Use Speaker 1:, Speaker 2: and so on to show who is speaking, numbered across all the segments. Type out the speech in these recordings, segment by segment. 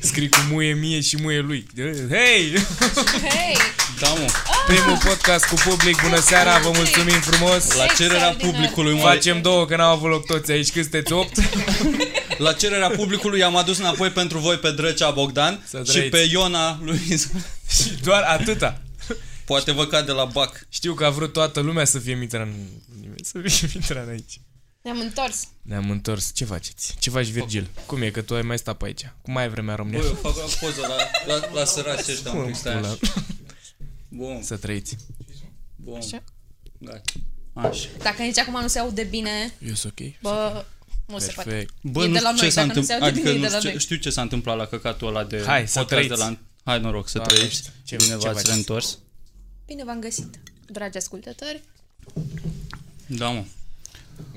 Speaker 1: Scrii cu muie mie și muie lui. Hei!
Speaker 2: Hei!
Speaker 3: Da, mă.
Speaker 1: Primul podcast cu public, bună seara, vă mulțumim frumos.
Speaker 3: La cererea
Speaker 2: Extraordinar.
Speaker 3: publicului, mă,
Speaker 1: Facem două, că n-au avut loc toți aici, câți sunteți opt?
Speaker 3: la cererea publicului am adus înapoi pentru voi pe Drăcea Bogdan
Speaker 1: Să
Speaker 3: și
Speaker 1: trăiți.
Speaker 3: pe Iona lui.
Speaker 1: și doar atâta.
Speaker 3: Poate vă cade la bac.
Speaker 1: Știu că a vrut toată lumea să fie Mitran, să fie Mitran aici.
Speaker 2: Ne-am întors.
Speaker 1: Ne-am întors. Ce faceți? Ce faci, Virgil? Cum e? Că tu ai mai stat pe aici. Cum mai ai vremea în România?
Speaker 3: Băi, eu fac o poză la, la, la săraci ăștia un pic, stai
Speaker 1: Pula.
Speaker 3: așa. Bun,
Speaker 1: Să trăiți.
Speaker 3: bun.
Speaker 2: Așa?
Speaker 3: Gata. Așa.
Speaker 2: Dacă nici acum nu se aude bine,
Speaker 1: Eu sunt ok?
Speaker 2: bă, nu se poate.
Speaker 1: Perfect.
Speaker 3: Bă,
Speaker 2: E
Speaker 3: nu
Speaker 2: de la
Speaker 3: știu ce
Speaker 2: noi,
Speaker 3: s-a
Speaker 2: dacă nu se
Speaker 3: întâmplat,
Speaker 2: aude
Speaker 3: adică
Speaker 2: bine, e
Speaker 3: nu
Speaker 2: de la
Speaker 3: știu, ce,
Speaker 2: noi.
Speaker 3: știu ce s-a întâmplat la căcatul ăla de
Speaker 1: Hai, să
Speaker 3: podcast de
Speaker 1: trăiți.
Speaker 3: la... Hai, noroc, să
Speaker 1: Doamne,
Speaker 3: trăiești.
Speaker 1: ce-
Speaker 3: Bine
Speaker 1: ce
Speaker 3: v-ați
Speaker 1: faceți?
Speaker 3: reîntors.
Speaker 2: Bine v-am găsit, dragi ascultători.
Speaker 3: Da, mă.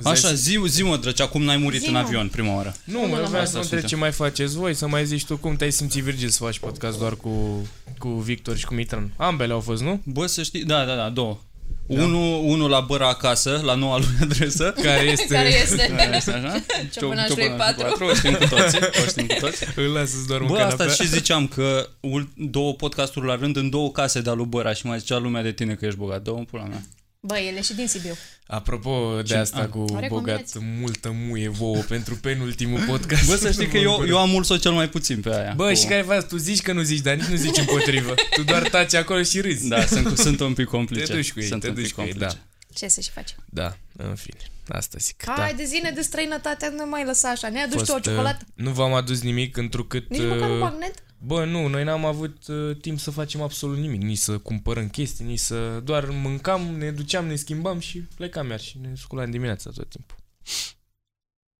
Speaker 3: Așa, zi, zi mă, drăcea, cum n-ai murit
Speaker 2: Zi,
Speaker 3: în
Speaker 2: mă.
Speaker 3: avion prima oară.
Speaker 1: Nu, mă, eu vreau să
Speaker 3: asta
Speaker 1: mă
Speaker 3: suntem.
Speaker 1: întreb ce mai faceți voi, să mai zici tu cum te-ai simțit, Virgil, să faci podcast doar cu, cu Victor și cu Mitran. Ambele au fost, nu?
Speaker 3: Bă, să știi, da, da, da, două. Da. Unul unu la bără acasă, la noua lui adresă.
Speaker 1: Care este... Da.
Speaker 2: Care este?
Speaker 3: Așa, așa.
Speaker 2: Ciobănaș lui patru.
Speaker 3: O știm cu toții, o știm cu toți.
Speaker 1: Îl lasă să dormă
Speaker 3: Bă,
Speaker 1: în
Speaker 3: asta
Speaker 1: canapea.
Speaker 3: și ziceam că ul- două podcasturi la rând în două case de-a lui Băra și mai zicea lumea de tine că ești bogat. Dă-o în pula mea.
Speaker 2: Bă, el e și din Sibiu.
Speaker 1: Apropo de asta cu
Speaker 2: Are
Speaker 1: bogat,
Speaker 2: combinații.
Speaker 1: multă muie vouă pentru penultimul podcast.
Speaker 3: Bă, să știi că eu, eu am mult cel mai puțin pe aia.
Speaker 1: Bă,
Speaker 3: Cu-
Speaker 1: și care faci, tu zici că nu zici, dar nici nu zici împotrivă. Tu doar taci acolo și râzi.
Speaker 3: Da, sunt, sunt un pic complice.
Speaker 1: Te duci cu ei,
Speaker 3: sunt
Speaker 1: te
Speaker 3: un pic
Speaker 1: duci cu ei,
Speaker 3: complice.
Speaker 1: da.
Speaker 2: Ce să și faci?
Speaker 1: Da, în fine. Asta zic. da.
Speaker 2: Hai de zine de străinătate, nu mai lăsa așa. Ne aduci
Speaker 1: Fost,
Speaker 2: tu o ciocolată?
Speaker 1: uh, Nu v-am adus nimic, întrucât...
Speaker 2: Nici măcar un
Speaker 1: uh,
Speaker 2: magnet?
Speaker 1: Bă, nu, noi n-am avut uh, timp să facem absolut nimic, nici să cumpărăm chestii, nici să... Doar mâncam, ne duceam, ne schimbam și plecam iar și ne sculam dimineața tot timpul.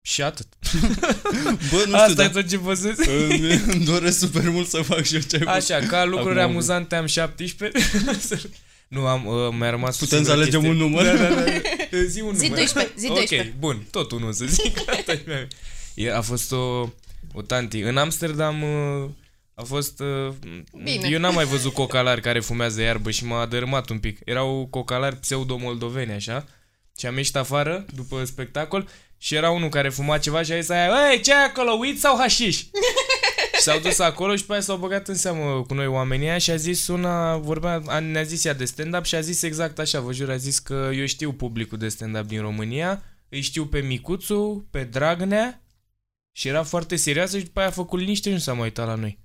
Speaker 1: Și atât.
Speaker 3: Bă, nu știu,
Speaker 1: Asta e
Speaker 3: dar
Speaker 1: tot ce pot să zic.
Speaker 3: îmi- îmi doresc super mult să fac și eu ce ai făcut.
Speaker 1: Așa, ca lucruri
Speaker 3: Acum am
Speaker 1: amuzante am 17. nu, am, uh, mi-a rămas
Speaker 3: Putem să alegem un număr?
Speaker 1: Da, da, da. Zi un
Speaker 2: Zi
Speaker 1: număr.
Speaker 2: 12, zi
Speaker 1: Ok,
Speaker 2: 12.
Speaker 1: bun, tot unul să zic. Atunci mi-am- E- A fost o, o tanti. În Amsterdam uh, a fost... uh,
Speaker 2: Bine.
Speaker 1: Eu n-am mai văzut cocalari care fumează iarbă și m-a dărâmat un pic. Erau cocalari pseudo-moldoveni, așa. Și am ieșit afară după spectacol și era unul care fuma ceva și a zis aia, Ei, ce ai acolo, weed sau hașiș? Și s-au dus acolo și pe aia s-au băgat în seamă cu noi oamenii aia și a zis una, vorbea, a, ne-a zis ea de stand-up și a zis exact așa, vă jur, a zis că eu știu publicul de stand-up din România, îi știu pe Micuțu, pe Dragnea și era foarte serioasă și după aia a făcut liniște și nu s-a mai uitat la noi.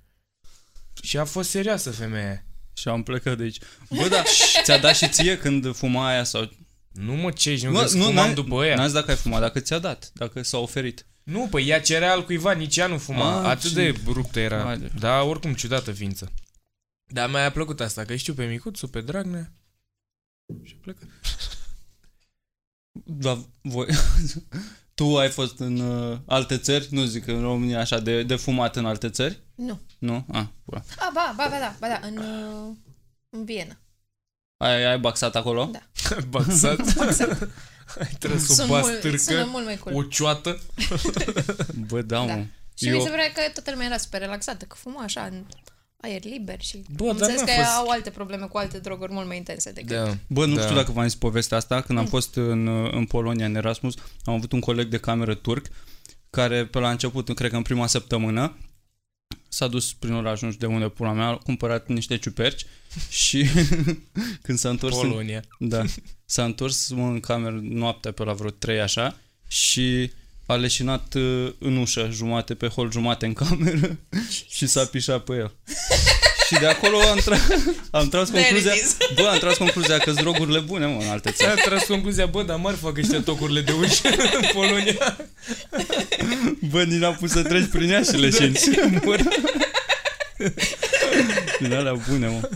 Speaker 1: Și a fost serioasă femeia aia.
Speaker 3: Și am plecat de aici. Bă, da, ți-a dat și ție când fuma aia sau...
Speaker 1: Nu mă ce, nu,
Speaker 3: Bă,
Speaker 1: nu, nu
Speaker 3: n-ai-
Speaker 1: fumam după ea.
Speaker 3: N-ați dat dacă ai fumat, dacă ți-a dat, dacă s-a oferit.
Speaker 1: Nu, păi ea cerea al cuiva, nici ea nu fuma.
Speaker 3: Ah,
Speaker 1: Atât
Speaker 3: și-
Speaker 1: de ruptă era.
Speaker 3: Haide.
Speaker 1: Da, oricum ciudată ființă. Dar mi-a plăcut asta, că știu pe Micuțu, pe Dragnea. Și plec.
Speaker 3: Dar voi... tu ai fost în uh, alte țări? Nu zic în România așa, de, de fumat în alte țări?
Speaker 2: Nu.
Speaker 3: Nu? Ah, pula.
Speaker 2: A, ba, ba, ba, da, ba, da, în, uh, în Viena.
Speaker 3: Ai, ai baxat acolo?
Speaker 2: Da.
Speaker 1: Baxat. Ai trebuit să o
Speaker 2: Sunt
Speaker 1: bați
Speaker 2: mult, Exact. sună
Speaker 1: târcă,
Speaker 2: mult mai cool.
Speaker 1: o cioată.
Speaker 3: Bă, da,
Speaker 2: Da.
Speaker 3: mă.
Speaker 2: Și
Speaker 3: Eu-
Speaker 2: mi se părea că toată lumea era super relaxată, că fuma așa în aer liber și
Speaker 1: Bă,
Speaker 2: am
Speaker 1: dar
Speaker 2: înțeles
Speaker 1: n-a
Speaker 2: că
Speaker 1: fost-
Speaker 2: au alte probleme cu alte droguri mult mai intense decât...
Speaker 1: Da.
Speaker 3: Bă, nu
Speaker 1: da.
Speaker 3: da. știu dacă v-am zis povestea asta. Când am fost în, în Polonia, în Erasmus, am avut un coleg de cameră turc care pe la început, cred că în prima săptămână, s-a dus prin oraș, nu știu de unde, pula mea, a cumpărat niște ciuperci și când s-a întors în
Speaker 1: Polonia.
Speaker 3: da. S-a întors mă, în cameră noaptea pe la vreo 3 așa și a leșinat uh, în ușă jumate pe hol, jumate în cameră și s-a pișat pe el. și de acolo am, tra- am tras
Speaker 2: There it
Speaker 3: concluzia,
Speaker 2: is.
Speaker 3: bă, am tras concluzia că sunt drogurile bune, mă, în alte țări.
Speaker 1: Ți-a tras concluzia, bă, dar mari fac ăștia tocurile de uși în Polonia.
Speaker 3: Bă, nici n-am pus să treci prin ea și leșinți.
Speaker 1: Mor.
Speaker 3: Da. Din alea bune, mă.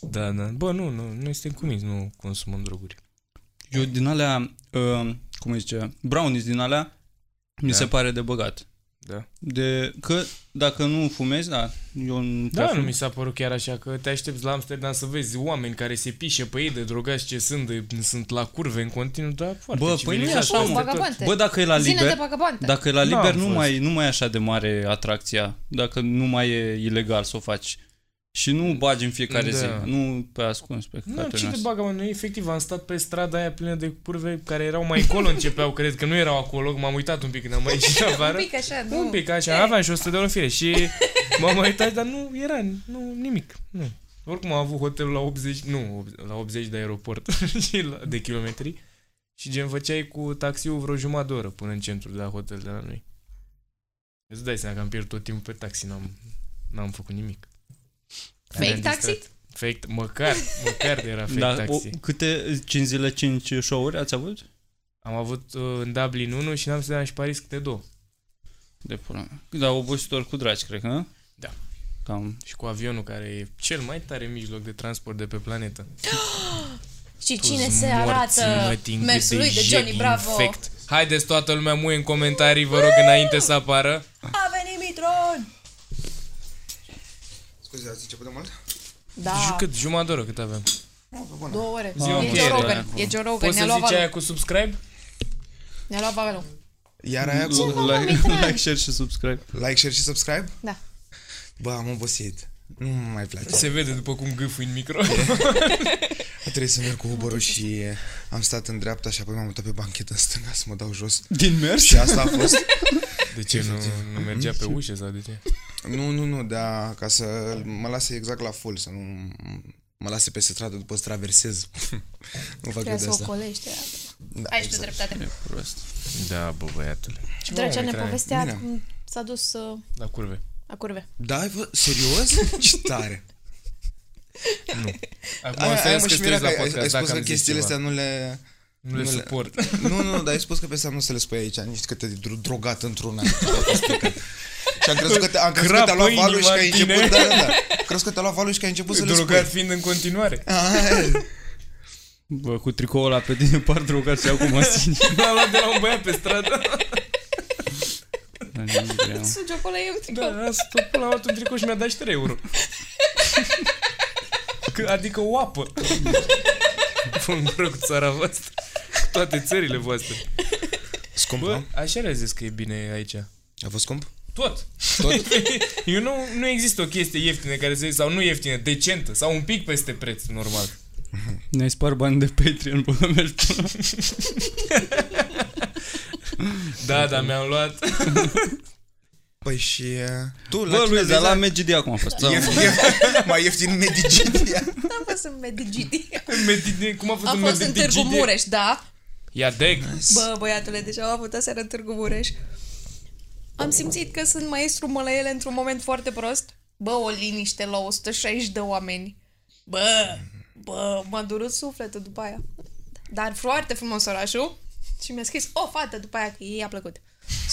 Speaker 1: Da, da. Bă, nu, nu, noi suntem cuminți, nu consumăm droguri.
Speaker 3: Eu din alea, uh, cum îi zice, brownies din alea, mi
Speaker 1: Da.
Speaker 3: se pare de băgat.
Speaker 1: Da.
Speaker 3: De că dacă nu fumezi, da, eu nu prea
Speaker 1: Da, nu
Speaker 3: fumez.
Speaker 1: mi s-a părut chiar așa că te aștepți la Amsterdam să vezi oameni care se pișe pe ei de drogați ce sunt, de, sunt la curve în continuu, dar foarte
Speaker 3: Bă, păi nu e
Speaker 1: civilizați
Speaker 3: așa,
Speaker 1: peste
Speaker 2: mă.
Speaker 1: tot.
Speaker 2: Vagabante.
Speaker 3: Bă, dacă e la
Speaker 2: Zine de
Speaker 3: liber,
Speaker 2: pacapante.
Speaker 3: Dacă e la
Speaker 1: N-am
Speaker 3: liber nu
Speaker 1: fost.
Speaker 3: mai, nu mai e așa de mare atracția, dacă nu mai e ilegal să o faci. Și nu bagi în fiecare
Speaker 1: Da.
Speaker 3: da. zi, nu pe ascuns pe
Speaker 1: Nu,
Speaker 3: căcatul
Speaker 1: ce te
Speaker 3: nas.
Speaker 1: bagă, mă, noi efectiv am stat pe strada aia plină de curve care erau mai colo, începeau, cred că nu erau acolo, m-am uitat un pic când am mai ieșit afară.
Speaker 2: Un pic așa, nu.
Speaker 1: Un pic așa, aveam și 100 de euro în fire și m-am mai uitat, dar nu era nu, nimic. Nu. Oricum am avut hotelul la 80, nu, la 80 de aeroport și la, de kilometri și gen făceai cu taxiul vreo jumătate de oră până în centru de la hotel de la noi. Îți dai seama că am pierdut tot timpul pe taxi, n-am, n-am făcut nimic.
Speaker 2: Fake
Speaker 1: Ne-am
Speaker 2: taxi?
Speaker 1: distrat. Fake, măcar, măcar de era fake
Speaker 3: Da, o,
Speaker 1: taxi.
Speaker 3: câte 5 zile, 5 show-uri ați avut?
Speaker 1: Am avut uh, în Dublin 1 și n-am să și Paris câte două.
Speaker 3: De pula mea. Da, obositor cu dragi, cred că, nu?
Speaker 1: Da.
Speaker 3: Cam.
Speaker 1: Și cu avionul care e cel mai tare mijloc de transport de pe planetă.
Speaker 2: Și Da, cine
Speaker 1: Tu-s
Speaker 2: se
Speaker 1: morți,
Speaker 2: arată
Speaker 1: mătin, cât
Speaker 2: mersul lui de
Speaker 1: jec
Speaker 2: Johnny Bravo?
Speaker 1: infect. Haideți toată lumea muie în comentarii, vă rog, înainte să apară.
Speaker 2: A venit Mitron!
Speaker 4: Scuze, ați început de mult?
Speaker 1: Și
Speaker 2: Da,
Speaker 1: cât? Jumătate de oră cât avem?
Speaker 4: Nu, pe bună.
Speaker 2: două ore.
Speaker 1: Zi,
Speaker 2: E
Speaker 1: ok,
Speaker 2: Joe
Speaker 1: da.
Speaker 2: Rogan, e Joe Rogan,
Speaker 1: Poți
Speaker 2: ne-a
Speaker 1: să
Speaker 2: luat
Speaker 1: zici aia
Speaker 2: valul.
Speaker 1: cu subscribe?
Speaker 2: Ne-a luat Da, valul.
Speaker 4: Iar aia cu
Speaker 2: mă,
Speaker 3: like,
Speaker 2: Mitran?
Speaker 3: like, share și subscribe.
Speaker 4: like, share și subscribe?
Speaker 2: Da.
Speaker 4: Bă, am obosit. Nu mă mai place.
Speaker 1: Se vede după cum gâfâi în micro.
Speaker 4: Trebuie să merg cu uber și am stat în dreapta și apoi m-am mutat pe banchetă în stânga să mă dau jos.
Speaker 3: Din mers?
Speaker 4: Și asta a fost.
Speaker 1: De ce nu, nu mergea pe ușă sau de ce?
Speaker 4: Nu, nu, nu, da, ca să mă lase exact la full, să nu mă lase pe stradă după să traversez. nu fac eu
Speaker 2: Trebuie
Speaker 4: de
Speaker 2: să o
Speaker 4: asta.
Speaker 2: colești.
Speaker 4: Da,
Speaker 2: Ai și tu dreptate.
Speaker 3: E prost.
Speaker 1: Da, bă, băiatule. Ce
Speaker 2: Drăcea ne povestea
Speaker 4: Bine.
Speaker 2: cum s-a dus uh,
Speaker 1: La curve.
Speaker 2: la curve.
Speaker 4: Da, ai fă- serios? Ce tare.
Speaker 1: Acum
Speaker 4: Aia,
Speaker 1: o să
Speaker 4: aia
Speaker 1: ies
Speaker 4: mă
Speaker 1: că
Speaker 4: și mira
Speaker 1: stres
Speaker 4: că
Speaker 1: la
Speaker 4: ai, ai
Speaker 1: podcast
Speaker 4: spus
Speaker 1: dacă
Speaker 4: că
Speaker 1: am zis
Speaker 4: chestiile astea
Speaker 1: ceva.
Speaker 4: nu le...
Speaker 1: Nu le
Speaker 4: nu le-
Speaker 1: suport.
Speaker 4: Nu, nu, dar ai spus că pe asta nu să le spui aici, nici că te dro- drogat într-un an. și am crezut că, te, am crezut că
Speaker 1: Crapă
Speaker 4: te-a luat valul și că ai
Speaker 1: inima în tine.
Speaker 4: început, da, da, da. Crezi că te-a luat valul și că ai început să le spui.
Speaker 1: Drogat fiind în continuare.
Speaker 4: Aia.
Speaker 3: Bă, cu tricoul ăla pe tine par drogat și acum sine.
Speaker 1: L-a luat de la un băiat pe stradă.
Speaker 3: Da, nu vreau.
Speaker 2: Sunt acolo, eu tricou.
Speaker 1: Da, asta tot până la un tricou și mi-a dat și 3 euro. Că, adică o apă. Vă îngură cu țara voastră. Cu toate țările voastre.
Speaker 4: Scump,
Speaker 1: Bă,
Speaker 4: nu?
Speaker 1: așa le-a zis că e bine aici.
Speaker 4: A fost scump?
Speaker 1: Da. Tot.
Speaker 4: Tot?
Speaker 1: Eu nu, nu există o chestie ieftină care să sau nu ieftină, decentă, sau un pic peste preț, normal.
Speaker 3: Ne-ai spart bani de Patreon, până mergi până.
Speaker 1: Da, da, mi-am luat.
Speaker 4: Păi și uh, tu,
Speaker 3: Bă,
Speaker 4: cine
Speaker 3: lui, dar
Speaker 4: vezi
Speaker 3: la MGD acum a fost. Da, mă.
Speaker 4: Ieftin, mai ieftin medigitia.
Speaker 2: Am fost în Medigidi.
Speaker 1: Medine, cum a fost
Speaker 2: Am fost în Târgu
Speaker 1: Medigide?
Speaker 2: Mureș, da.
Speaker 1: Ia deg.
Speaker 2: Bă, băiatule, deja am avut aseară în Târgu Mureș. Am simțit că sunt maestru mălăiele într-un moment foarte prost. Bă, o liniște la 160 de oameni. Bă, bă, m-a durut sufletul după aia. Dar foarte frumos orașul. Și mi-a scris o fată după aia că ei a plăcut.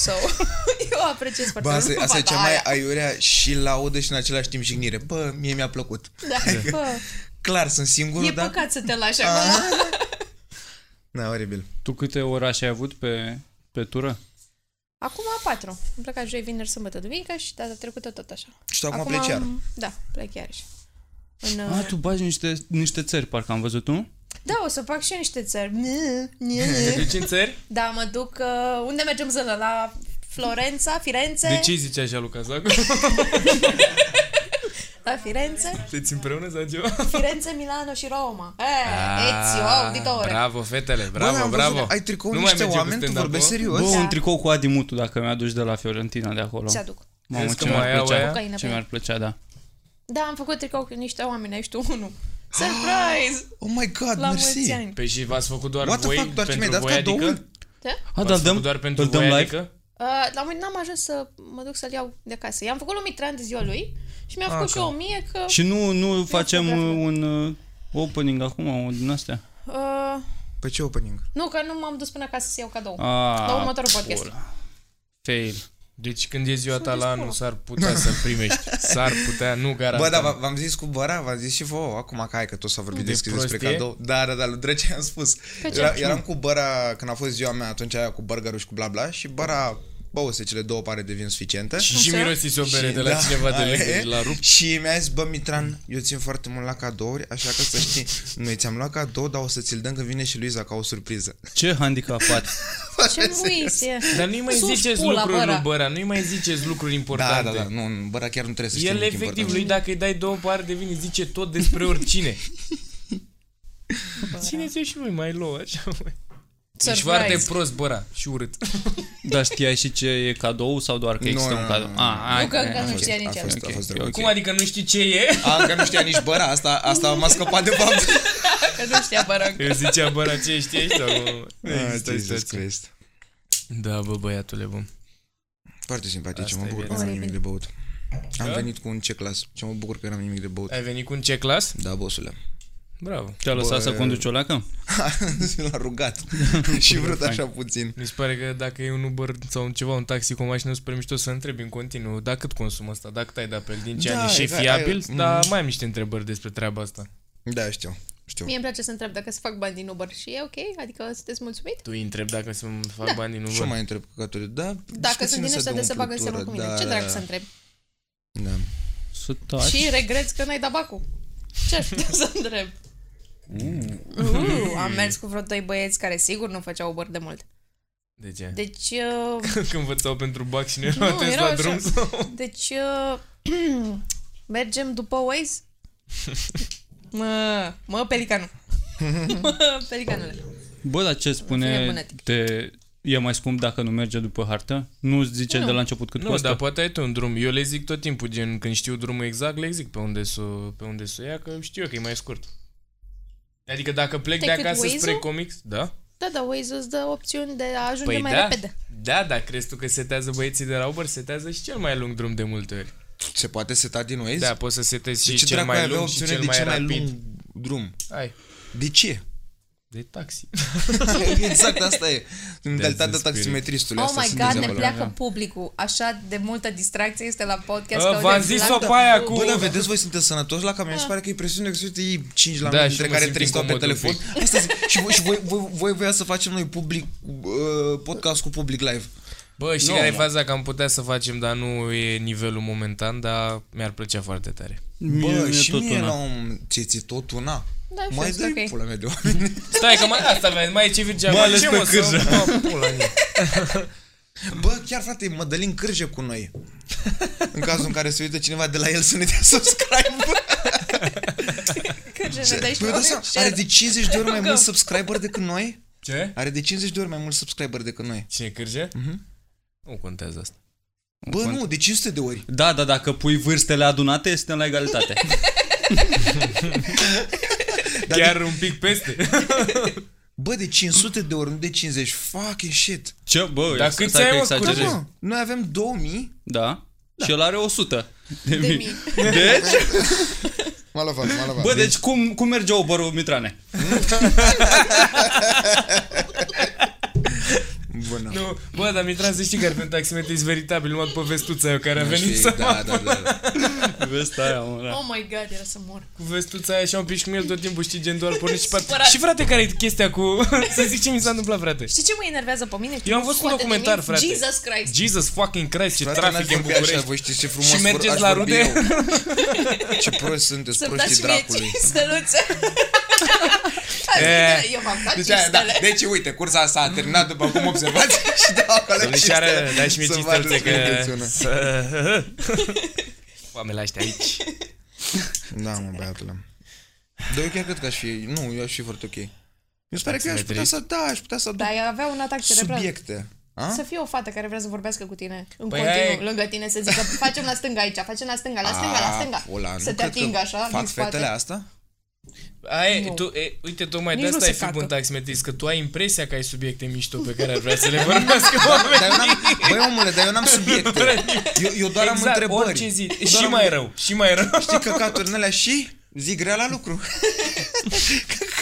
Speaker 2: So, eu apreciez
Speaker 4: Bă,
Speaker 2: foarte
Speaker 4: asta,
Speaker 2: mult
Speaker 4: asta e
Speaker 2: fata
Speaker 4: cea mai
Speaker 2: aia.
Speaker 4: aiurea și laudă și în același timp jignire. Bă, mie mi-a plăcut. Adică,
Speaker 2: Da, bă,
Speaker 4: Clar, sunt singurul,
Speaker 2: e
Speaker 4: dar...
Speaker 2: păcat să te
Speaker 4: Ah.
Speaker 2: lași acum.
Speaker 4: Na, oribil.
Speaker 3: Tu câte orașe ai avut pe, pe tură?
Speaker 2: Acum a patru. Am plecat joi, vineri, sâmbătă, duminică și data trecută tot așa.
Speaker 4: Și tu acum, pleci iar.
Speaker 2: am- Da, plec iarăși. În,
Speaker 3: A,
Speaker 2: uh,
Speaker 3: tu bagi niște, niște țări, parcă am văzut, nu?
Speaker 2: da, o să fac și eu niște țări. Mie, mie.
Speaker 1: Deci în țări?
Speaker 2: Da, mă duc... Uh, unde mergem zână? La Florența, Firenze?
Speaker 1: De ce îi zice așa Luca Zago?
Speaker 2: La Firenze,
Speaker 1: Sunteți împreună sau ceva?
Speaker 2: Firenze, Milano și Roma. Eh, Ezio, auditore.
Speaker 1: Ah, Bravo, fetele,
Speaker 4: Bă,
Speaker 1: bravo,
Speaker 4: am văzut,
Speaker 1: bravo.
Speaker 4: ai tricou
Speaker 1: Nu mai
Speaker 4: niște
Speaker 1: merge cu
Speaker 4: oameni, tu
Speaker 1: stand-up-ul?
Speaker 4: vorbești serios?
Speaker 3: Bă,
Speaker 2: Da.
Speaker 3: un tricou cu Adi Mutu, dacă mi-aduci de la Fiorentina de acolo.
Speaker 2: Ce aduc?
Speaker 3: Mamă,
Speaker 1: Crezi că
Speaker 3: ce
Speaker 1: mai
Speaker 3: mi-ar
Speaker 1: au aia?
Speaker 3: plăcea.
Speaker 2: Cocaină
Speaker 3: Ce
Speaker 2: pe
Speaker 3: mi-ar plăcea, da.
Speaker 2: Da, am făcut tricou cu niște oameni, ai și tu unul. Surprise!
Speaker 4: Oh my god,
Speaker 2: La
Speaker 4: mersi.
Speaker 2: mulți ani.
Speaker 1: Păi și v-ați făcut doar
Speaker 4: What the
Speaker 1: voi
Speaker 4: fuck, doar ce
Speaker 1: pentru
Speaker 4: mi-ai dat
Speaker 1: voi, adică?
Speaker 4: cadoul?
Speaker 2: Da?
Speaker 3: A, dar
Speaker 1: V-ați
Speaker 3: îl dăm,
Speaker 1: făcut doar pentru
Speaker 3: îl dăm
Speaker 1: voi,
Speaker 3: live?
Speaker 1: adică?
Speaker 2: Uh, la un moment n-am ajuns să mă duc să-l iau de acasă. I-am făcut lui Mitran de ziua lui și mi-a făcut
Speaker 1: Ah,
Speaker 2: și
Speaker 1: că-
Speaker 2: eu o mie că...
Speaker 3: Și nu, nu facem
Speaker 2: fotografie.
Speaker 3: uh, un uh, opening acum, un din astea.
Speaker 2: Uh,
Speaker 4: Pe Păi ce opening?
Speaker 2: nu, că nu m-am dus până acasă să iau cadou.
Speaker 3: A,
Speaker 2: La următorul podcast.
Speaker 3: pula. Fail.
Speaker 1: Deci când e ziua ta
Speaker 2: Sunteți
Speaker 1: la
Speaker 2: pula.
Speaker 1: anul, s-ar putea să-l primești. S-ar putea, nu
Speaker 4: Bă,
Speaker 1: garantăm.
Speaker 4: da, v- v-am zis cu Bora, v-am zis și vouă, acum că hai că tot s-a vorbit
Speaker 1: De
Speaker 4: deschis despre
Speaker 1: prostie?
Speaker 4: cadou. Da, da, da, lui Drăcea am spus.
Speaker 2: Că ce?
Speaker 4: Era, eram cu Bora când a fost ziua mea, atunci aia cu burgerul și cu bla bla și Bora băuse cele două pare de vin suficiente.
Speaker 1: Și și
Speaker 2: Așa?
Speaker 1: mirosis o bere
Speaker 4: Și-
Speaker 1: de la
Speaker 4: da,
Speaker 1: cineva de
Speaker 4: aia
Speaker 1: lângă,
Speaker 4: e.
Speaker 1: de la rup.
Speaker 4: Și mi-a zis, bă, Mitran, eu țin foarte mult la cadouri, așa că să știi, noi ți-am luat cadou, dar o să ți-l dăm că vine și Luiza ca o surpriză. Da,
Speaker 3: Ce handicapat?
Speaker 2: Ce muis e?
Speaker 1: Dar nu-i mai
Speaker 2: Sus
Speaker 1: ziceți
Speaker 2: pula,
Speaker 1: lucruri
Speaker 2: băra.
Speaker 1: lui Băra, nu-i mai ziceți lucruri
Speaker 4: Da,
Speaker 1: importante.
Speaker 4: da, da, nu, nu, bă, dar chiar nu trebuie să știi
Speaker 1: El
Speaker 4: nimic
Speaker 1: efectiv,
Speaker 4: important.
Speaker 1: lui dacă îi dai două pare de vin, îi zice tot despre oricine. Țineți-o și voi mai low, așa, mai. Ești foarte prost, Băra, și urât.
Speaker 3: Dar știai și ce e cadou sau doar că
Speaker 4: Nu,
Speaker 3: există
Speaker 4: nu,
Speaker 3: un
Speaker 4: nu,
Speaker 3: cadou? Ah,
Speaker 4: nu, nu.
Speaker 3: A, ai,
Speaker 2: Nu, că
Speaker 3: ai,
Speaker 2: încă
Speaker 3: ai,
Speaker 2: nu
Speaker 4: A fost-
Speaker 2: știa nici
Speaker 4: a
Speaker 2: el.
Speaker 4: fost, a fost
Speaker 3: Ok,
Speaker 4: drăguț.
Speaker 1: Cum adică nu știi ce e?
Speaker 4: A, că nu știa nici băra, asta, asta m-a scăpat de fapt.
Speaker 2: Că nu știa bărăcă.
Speaker 1: Eu zicea, Băra, ce știi aici? Sau nu? Nu
Speaker 4: Ah,
Speaker 1: există
Speaker 4: Jesus
Speaker 1: situație.
Speaker 4: Christ.
Speaker 1: Da, bă, băiatule, bun.
Speaker 4: Foarte simpatice,
Speaker 1: Asta
Speaker 4: mă
Speaker 1: e
Speaker 4: bucur că
Speaker 1: viața.
Speaker 4: n-am nimic de băut. Am
Speaker 1: Da?
Speaker 4: venit cu un ce clas, ce mă bucur că n-am nimic de băut.
Speaker 1: Ai venit cu un ce clas?
Speaker 4: Da, bosule.
Speaker 1: Bravo.
Speaker 3: Te-a lăsat
Speaker 4: Bă,
Speaker 3: să conduci o leacă?
Speaker 4: L-a rugat și vrut așa puțin.
Speaker 1: Mi se pare că dacă e un Uber sau un ceva, un taxi cu o mașină super mișto, să întrebi în continuu, da, cât consumă asta, da, cât ai dat pe el, din ce
Speaker 4: Da,
Speaker 1: ani e și e
Speaker 4: exact,
Speaker 1: fiabil,
Speaker 4: ai-
Speaker 1: dar mai am niște întrebări despre treaba asta.
Speaker 4: Da, știu, știu.
Speaker 2: Mie îmi place să întreb dacă se fac bani din Uber și e ok? Adică sunteți mulțumit?
Speaker 1: Tu îi întrebi dacă să mi fac bani din
Speaker 4: Da. Și eu
Speaker 1: Uber.
Speaker 4: mai întreb căcaturi, da,
Speaker 2: Dacă sunt din ăștia
Speaker 4: asta
Speaker 2: de se bagă în seamă cu mine, ce drag să întreb?
Speaker 4: Da.
Speaker 3: Să taci.
Speaker 2: Și regreți că n-ai dat bacul. Ce aș putea să întreb?
Speaker 1: Mm.
Speaker 2: Uh, am mers cu vreo doi băieți care sigur nu făceau Uber de mult.
Speaker 1: De ce?
Speaker 2: Deci, uh,
Speaker 1: Că învățau pentru bac și ne
Speaker 2: Nu,
Speaker 1: erau atenți
Speaker 2: erau
Speaker 1: la
Speaker 2: așa.
Speaker 1: drum sau...
Speaker 2: deci uh, mergem după Waze? Mă, mă, pelicanul. mă, pelicanule.
Speaker 3: Bă, dar ce
Speaker 2: Fie
Speaker 3: spune
Speaker 2: lunatic.
Speaker 3: te... E mai scump dacă nu merge după hartă? Nu îți zice
Speaker 2: Nu.
Speaker 3: de la început cât
Speaker 1: Nu,
Speaker 3: costă?
Speaker 1: dar poate ai tu un drum. Eu le zic tot timpul, gen când știu drumul exact, le zic pe unde să pe unde să o ia, că știu eu că e mai scurt. Adică dacă plec de
Speaker 2: Decât
Speaker 1: acasă spre
Speaker 2: Waze-ul?
Speaker 1: comics, da?
Speaker 2: Da, da, Waze îți dă opțiuni de a ajunge mai
Speaker 1: da.
Speaker 2: repede.
Speaker 1: Da, da, crezi tu că setează băieții de la Uber, setează și cel mai lung drum de multe ori.
Speaker 4: Se poate seta din Waze?
Speaker 1: Da, poți să setezi
Speaker 4: Deci De
Speaker 1: și
Speaker 4: ce
Speaker 1: cel
Speaker 4: dracu ai
Speaker 1: mai
Speaker 4: avea
Speaker 1: lung și
Speaker 4: opțiune
Speaker 1: cel
Speaker 4: de
Speaker 1: mai
Speaker 4: cel mai
Speaker 1: rapid.
Speaker 4: lung drum?
Speaker 1: Ai,
Speaker 4: De ce?
Speaker 1: de taxi.
Speaker 4: exact asta e. Mentalitatea
Speaker 1: spirit.
Speaker 4: taximetristului.
Speaker 2: Oh
Speaker 4: asta
Speaker 2: my
Speaker 4: sunt
Speaker 2: god,
Speaker 4: de
Speaker 2: ne
Speaker 4: acolo.
Speaker 2: pleacă publicul. Așa de multă distracție este la podcast.
Speaker 1: A,
Speaker 2: că, uite,
Speaker 1: v-am zis-o pe
Speaker 2: la-
Speaker 1: aia cu-
Speaker 4: Bă, dar vedeți, voi sunteți sănătoși la
Speaker 2: Da.
Speaker 4: camion. Mi se pare că e presiune că sunt ei 5 la
Speaker 1: Da,
Speaker 4: da,
Speaker 1: și
Speaker 4: dintre
Speaker 1: mă
Speaker 4: care
Speaker 1: simt
Speaker 4: 3 stau pe
Speaker 1: incomod un
Speaker 4: telefon. Asta zic. și voi, și voi, voi, voi voia să facem noi public uh, podcast cu public live.
Speaker 1: Bă, știi
Speaker 3: Nu,
Speaker 1: care e
Speaker 3: mă.
Speaker 1: faza că am putea să facem, dar nu e nivelul momentan, dar mi-ar plăcea foarte tare.
Speaker 3: Mie
Speaker 4: Bă,
Speaker 3: mi-e
Speaker 4: și
Speaker 3: tot
Speaker 4: mie
Speaker 3: una.
Speaker 4: la un... Ție ți tot una?
Speaker 2: Da, și
Speaker 4: mai
Speaker 2: eu sunt
Speaker 4: dai
Speaker 2: ok.
Speaker 4: pula mea de oameni.
Speaker 1: Stai că mai asta vezi, mai e ce Virgea,
Speaker 4: Mai
Speaker 1: mă,
Speaker 4: ales
Speaker 1: ce
Speaker 4: pe
Speaker 1: mă, să-
Speaker 4: Cârja.
Speaker 1: mă, pula mea.
Speaker 4: Bă, chiar frate, Mădălin cârje cu noi. în cazul în care se uită cineva de la el să ne dea subscribe.
Speaker 2: Cât ne dai și
Speaker 4: Păi, da,
Speaker 2: nouă?
Speaker 4: seama,
Speaker 2: Share.
Speaker 4: are de 50 de ori mai mulți subscriber decât noi?
Speaker 1: Ce?
Speaker 4: Are de 50 de ori mai mulți subscriber decât noi.
Speaker 1: Cine cârge? Nu contează asta.
Speaker 4: Bă, nu, de 500 de ori.
Speaker 3: Da, da, dacă pui vârstele adunate, suntem la egalitate.
Speaker 4: Dar
Speaker 1: Chiar un pic peste.
Speaker 4: Bă, de 500 de ori, nu de 50. Fucking shit.
Speaker 3: Ce, bă,
Speaker 1: Dar
Speaker 3: e-
Speaker 1: câți
Speaker 3: stai că
Speaker 1: ai, mă,
Speaker 4: Da,
Speaker 1: Crezi?
Speaker 3: exagerez.
Speaker 4: mă, noi avem 2000.
Speaker 3: Da? Și el are 100 de,
Speaker 2: De
Speaker 3: mii.
Speaker 2: mii.
Speaker 3: Deci,
Speaker 4: M-a lovat, m-a lovat.
Speaker 3: bă, deci cum, cum merge Uber-ul, Mitrane?
Speaker 4: Bună.
Speaker 1: Nu, bă, dar mi-e tras să știi că ar fi un taximetrist veritabil, numai după vestuța eu care a venit să mă...
Speaker 4: da, da, da.
Speaker 3: Vezi, stai, mă, da.
Speaker 2: Oh my god, era să mor.
Speaker 1: Cu vestuța aia și un pic și cu el tot timpul, știi, gen doar pornit și pe...
Speaker 2: Supărat.
Speaker 1: Și frate, care e chestia cu... să zic ce mi s-a întâmplat, frate.
Speaker 2: Știi ce mă enervează pe mine?
Speaker 1: Eu am văzut un
Speaker 2: Scoate din
Speaker 1: documentar,
Speaker 2: minte.
Speaker 1: frate.
Speaker 2: Jesus Christ.
Speaker 1: Jesus fucking Christ, ce
Speaker 4: Frate, n-aș
Speaker 1: trafic e în
Speaker 4: vorbi așa,
Speaker 1: București.
Speaker 4: Voi știți ce frumos
Speaker 1: Și
Speaker 4: vor-
Speaker 1: mergeți
Speaker 4: aș
Speaker 1: la
Speaker 4: vorbi
Speaker 1: rude?
Speaker 4: eu. Ce proști sunteți,
Speaker 2: Să-mi dați
Speaker 4: proștii
Speaker 2: și mie
Speaker 4: dracului.
Speaker 2: cinsteluțe.
Speaker 1: E.
Speaker 2: Eu v-am dat
Speaker 4: Deci, aia, da,
Speaker 2: cinstele.
Speaker 4: deci uite, cursa s-a terminat după cum observați și dau acolo
Speaker 1: Domnișoară,
Speaker 4: cinstele
Speaker 1: dai și mie
Speaker 4: să
Speaker 1: cinsteluțe
Speaker 4: vadă cum
Speaker 1: că...
Speaker 4: funcționă.
Speaker 1: să- Oamenii ăștia aici.
Speaker 4: Da, mă, băiatule. Dar eu chiar cred că aș fi, nu, eu aș fi foarte ok. Mi se pare că eu aș putea să, da, aș putea să aduc
Speaker 2: Dar eu avea un atac cerebral.
Speaker 4: subiecte. A?
Speaker 2: Să fie o fată care vrea să vorbească cu tine în
Speaker 1: Păi
Speaker 2: continuu,
Speaker 1: aia e-
Speaker 2: lângă tine, să zică facem la stânga aici, facem la stânga, la stânga, la stânga.
Speaker 4: A, pula, Ah, nu
Speaker 2: să te
Speaker 4: cred că
Speaker 2: atingă așa din
Speaker 4: Fac
Speaker 2: spate.
Speaker 4: fetele asta?
Speaker 1: Aia,
Speaker 2: Nu.
Speaker 1: tu, e, uite, tocmai
Speaker 2: Nici
Speaker 1: de
Speaker 2: nu
Speaker 1: asta
Speaker 2: se
Speaker 1: ai fi
Speaker 2: cacă.
Speaker 1: bun taximetrist, că tu ai impresia că ai subiecte mișto pe care ar vrea să le vorbească oamenii.
Speaker 4: Dar eu n-am, băi omule, dar eu n-am subiecte. Eu, eu doar
Speaker 3: Exact,
Speaker 4: am
Speaker 1: Exact,
Speaker 4: întrebări.
Speaker 1: orice zi.
Speaker 4: Eu doar
Speaker 1: Și
Speaker 4: am-
Speaker 1: mai rău, și mai rău.
Speaker 4: Știi căcaturi în alea și zic grea la lucru.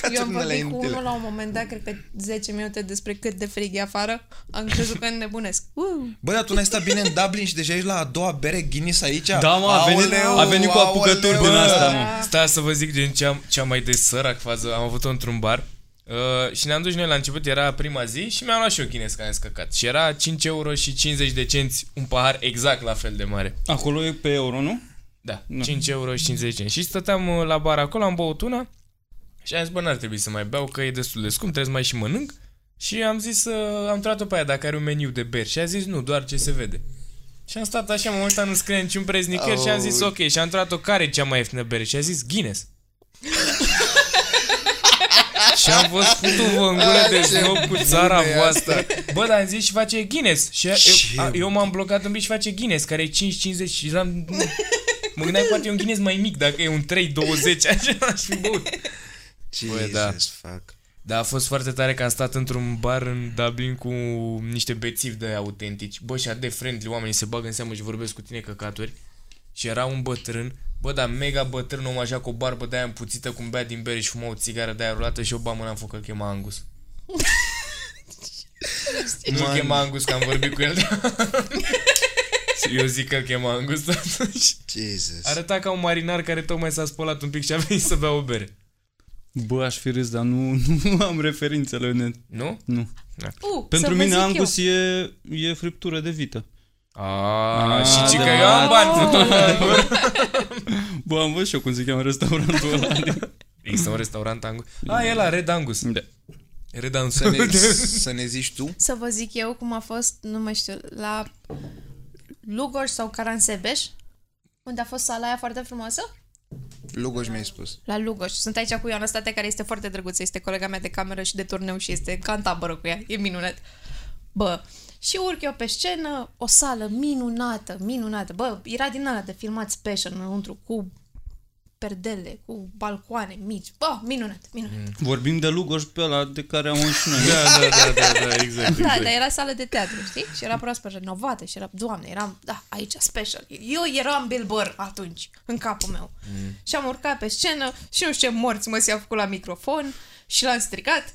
Speaker 2: Eu
Speaker 4: căcaturi
Speaker 2: am
Speaker 4: în alea
Speaker 2: vorbit cu
Speaker 4: inutile.
Speaker 2: unul la un moment dat, cred că 10 minute despre cât de frig e afară, am crezut că nebunesc. Uh.
Speaker 4: Bă, dar tu n-ai stat bine în Dublin și deja ești la a doua bere Guinness aici?
Speaker 3: Da, mă, a venit- a venit cu apucături din asta, mă.
Speaker 1: Stai să vă zic din cea, cea mai de sărac fază. Am avut-o într-un bar. Uh, și ne-am dus noi la început, era prima zi și mi-am luat și o chinescă aia scăcat. Și era 5 euro și 50 de cenți, un pahar exact la fel de mare.
Speaker 3: Acolo e pe euro, nu?
Speaker 1: Da, 5 euro și 50 de cenți. Și stăteam uh, la bar acolo, am băut una și am zis, bă, n-ar trebui să mai beau, că e destul de scump, trebuie să mai și mănânc. Și am zis, uh, am întrebat-o pe aia dacă are un meniu de beri și a zis, nu, doar ce se vede. Și am stat așa, m-am uitat, nu scrie niciun preț nicăieri și am zis, ok, și am întrebat-o care e cea mai ieftină bere și a zis, Guinness. Și am fost putu-vă în gură de snob cu țara
Speaker 4: bună e
Speaker 1: voastră. Bă, dar am zis și face Guinness. Și eu,
Speaker 4: Ce
Speaker 1: a- eu m-am blocat un pic și face Guinness, care e 5,50 și eram... nu. Mă gândeam poate e un Guinness mai mic, dacă e un 3,20, așa aș fi băut. Băi, da.
Speaker 4: Jesus, fuck.
Speaker 1: Dar a fost foarte tare că am stat într-un bar în Dublin cu niște bețivi de autentici. Bă, și atât de friendly oamenii se bagă în seamă și vorbesc cu tine căcaturi. Și era un bătrân, bă, dar mega bătrân, om așa cu o barbă de-aia împuțită, cum bea din bere și fuma o țigară de-aia rulată și eu ba mâna în foc, îl chema Angus. Nu îl
Speaker 4: Man.
Speaker 1: chema Angus, că am vorbit cu el. eu zic că îl chema Angus atunci.
Speaker 4: Jesus.
Speaker 1: Arăta ca un marinar care tocmai s-a spălat un pic și a venit să bea o bere.
Speaker 3: Bă, aș fi râs, dar nu, nu am referințele. Ne...
Speaker 1: Nu? Da.
Speaker 3: Nu.
Speaker 2: Uh,
Speaker 3: Pentru
Speaker 2: să vă
Speaker 3: mine
Speaker 2: zic
Speaker 3: Angus e, e friptură de vită.
Speaker 1: Ah,
Speaker 3: Ah,
Speaker 1: și ci că
Speaker 3: da.
Speaker 1: eu am bani pentru tot.
Speaker 3: Bă, am văzut și eu cum se cheamă restaurantul ăla.
Speaker 1: Există un restaurant Angus. Ah, e la Red Angus.
Speaker 3: da.
Speaker 1: Red Angus.
Speaker 4: Să ne, să ne zici tu?
Speaker 2: Să vă zic eu cum a fost, nu mai știu, la Lugoj sau Caransebeș, unde a fost sala aia foarte frumoasă?
Speaker 4: Lugoj mi-ai spus.
Speaker 2: La Lugoj. Sunt aici cu Ioana State, care este foarte drăguță, este colega mea de cameră și de turneu și este ca în tabără cu ea. E minunat. Bă, și urc eu pe scenă, o sală minunată, minunată. Bă, era din ala de filmat special înăuntru, cu perdele, cu balcoane mici. Bă, minunat, minunat.
Speaker 3: Vorbim de Lugoj pe ăla de care am și noi.
Speaker 1: Da, da, da, da, da, exact.
Speaker 2: Da, dar era sală de teatru, știi? Și era proaspăt renovată și era, doamne, eram, da, aici, special. Eu eram Bill Burr atunci, în capul meu. Mm. Și am urcat pe scenă și nu știu ce morți mă s-a făcut la microfon și l-am stricat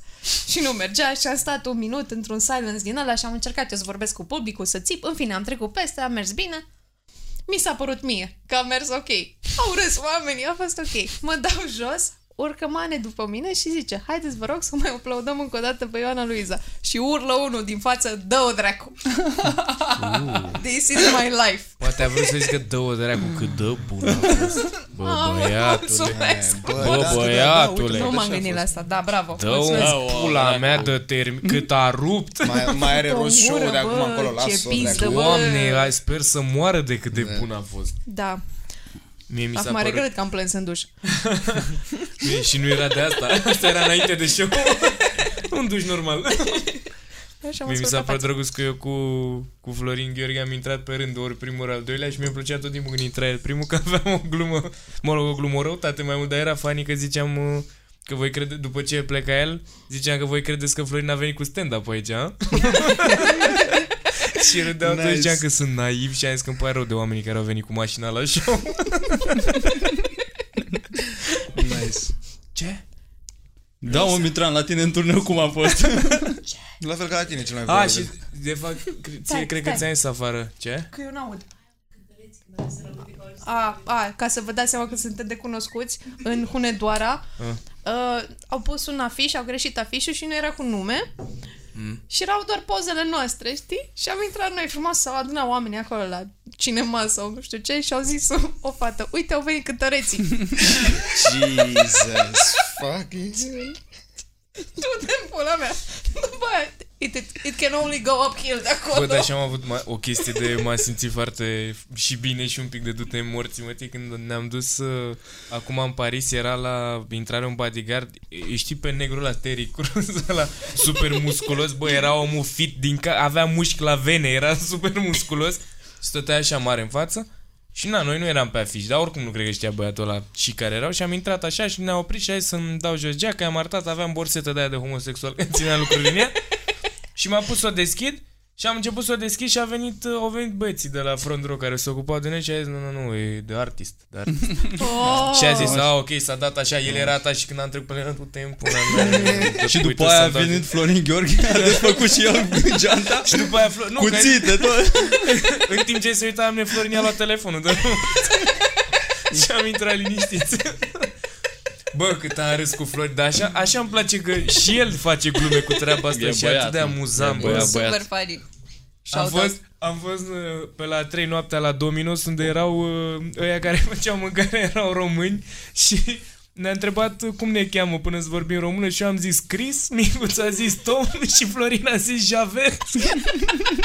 Speaker 2: și nu mergea și am stat un minut într-un silence din ăla și am încercat eu să vorbesc cu publicul, să țip. În fine, am trecut peste, a mers bine. Mi s-a părut mie că a mers ok. Au râs oamenii, a fost ok. Mă dau jos, urcă mane după mine și zice Haideți vă rog să mai aplaudăm încă o dată pe Ioana Luiza. Și urlă unul din față, dă-o dracu. This is my life.
Speaker 1: Poate a vrut să zică dă-o dracu cât dă bună a fost. Bă,
Speaker 2: Mamă,
Speaker 1: băiatule.
Speaker 2: mulțumesc.
Speaker 1: Bă, băiatule.
Speaker 2: Nu m-am gândit la asta, da, bravo.
Speaker 1: Dă
Speaker 2: Mulțumesc.
Speaker 1: o pula mea de term... cât a rupt.
Speaker 4: Mai, mai are
Speaker 2: Dă-o
Speaker 4: rost
Speaker 2: în gură,
Speaker 4: show de acum
Speaker 2: bă,
Speaker 4: încolo,
Speaker 2: ce
Speaker 4: las-o.
Speaker 2: pizdă,
Speaker 4: dracu.
Speaker 2: Da, bă.
Speaker 1: Doamne, ai- sper să moară de cât de bun a fost.
Speaker 2: Da,
Speaker 1: Mie mi s-a
Speaker 2: acum
Speaker 1: părut.
Speaker 2: regret că am plâns în duș.
Speaker 1: Mie, și nu era de asta. Asta era înainte de show. Un duș normal.
Speaker 2: Așa
Speaker 1: Mie mi
Speaker 2: spălat
Speaker 1: s-a
Speaker 2: pe
Speaker 1: părut
Speaker 2: față.
Speaker 1: drăguț că eu cu, cu Florin Gheorghe am intrat pe rând ori primul, ori al doilea și mi-a plăcea tot timpul când intra el primul că aveam o glumă, mă rog, o glumă rău, tate mai mult, dar era fani că ziceam uh, că voi crede, după ce pleca el, ziceam că voi credeți că Florin a venit cu stand-up aici, a? și râdeau nice.
Speaker 4: Nice.
Speaker 1: ziceam că sunt naiv și am zis că îmi pare rău de oamenii care au venit cu mașina la show.
Speaker 4: Nice.
Speaker 1: Ce?
Speaker 3: Da, mă, Mitran, la tine în turneu cum a fost?
Speaker 4: La fel ca la tine cel
Speaker 3: Ah,
Speaker 4: mai
Speaker 1: A,
Speaker 4: probabil.
Speaker 1: și de fapt, cre- ție,
Speaker 2: Stai,
Speaker 1: cred că
Speaker 2: stai.
Speaker 1: ți-am zis afară. Ce?
Speaker 2: Că eu n-aud. A, a, ca să vă dați seama că suntem de cunoscuți, în Hunedoara
Speaker 1: Ah.
Speaker 2: uh, au pus un afiș, au greșit afișul și nu era cu nume
Speaker 1: Mm.
Speaker 2: și erau doar pozele noastre, știi? Și am intrat noi frumos, s-au adunat oamenii acolo la cinema sau nu știu ce și au zis o fată, uite au venit cântăreții,
Speaker 4: Jesus fucking hell.
Speaker 2: du-te în pula mea, după aia, it, it, it can only go uphill de acolo.
Speaker 1: Bă, dar și am avut ma- o chestie de m-am simțit foarte și bine și un pic de dute morții, mă, tii, când ne-am dus uh, acum în Paris, era la intrare un bodyguard, e- știi pe negru la Terry Crews, la super musculos, bă, era omul fit din ca- avea mușchi la vene, era super musculos și stătea așa mare în față. Și na, noi nu eram pe afiș, dar oricum nu cred că știa băiatul ăla și care erau și am intrat așa și ne-a oprit și a zis să-mi dau jos geaca, am arătat, aveam borsetă de aia de homosexual, că ținea lucruri în ea și m-a pus să o deschid și am început să o deschid și a venit, au venit băieții de la Front Row care se ocupau de noi și a zis, nu, nu, nu, e de artist. De artist.
Speaker 2: Oh,
Speaker 1: Și a zis, a, ok, s-a dat așa, el era ta și când am trecut pe lângă, tu te împuna
Speaker 3: și după aia a venit Florin Gheorghe, a desfăcut și el geanta
Speaker 1: și după aia, Flo- nu, că-
Speaker 3: cuțite tot.
Speaker 1: în timp ce se uita, am Florin i-a luat telefonul. Dar... și am intrat liniștiți. Bă, cât am râs cu Flori, dar așa, așa îmi place că și el face glume cu treaba asta
Speaker 3: E
Speaker 1: și
Speaker 3: băiat,
Speaker 1: atât de
Speaker 3: mă.
Speaker 1: amuzant,
Speaker 3: E
Speaker 1: bă.
Speaker 3: băiat.
Speaker 2: Super funny.
Speaker 1: Am
Speaker 2: Shout
Speaker 1: fost, am fost uh, pe la 3 noaptea la Dominos unde erau uh, ăia care făceau mâncare, erau români și ne-a întrebat uh, cum ne cheamă până să vorbim română și eu am zis Chris, Micuț a zis Tom și Florin a zis Javert.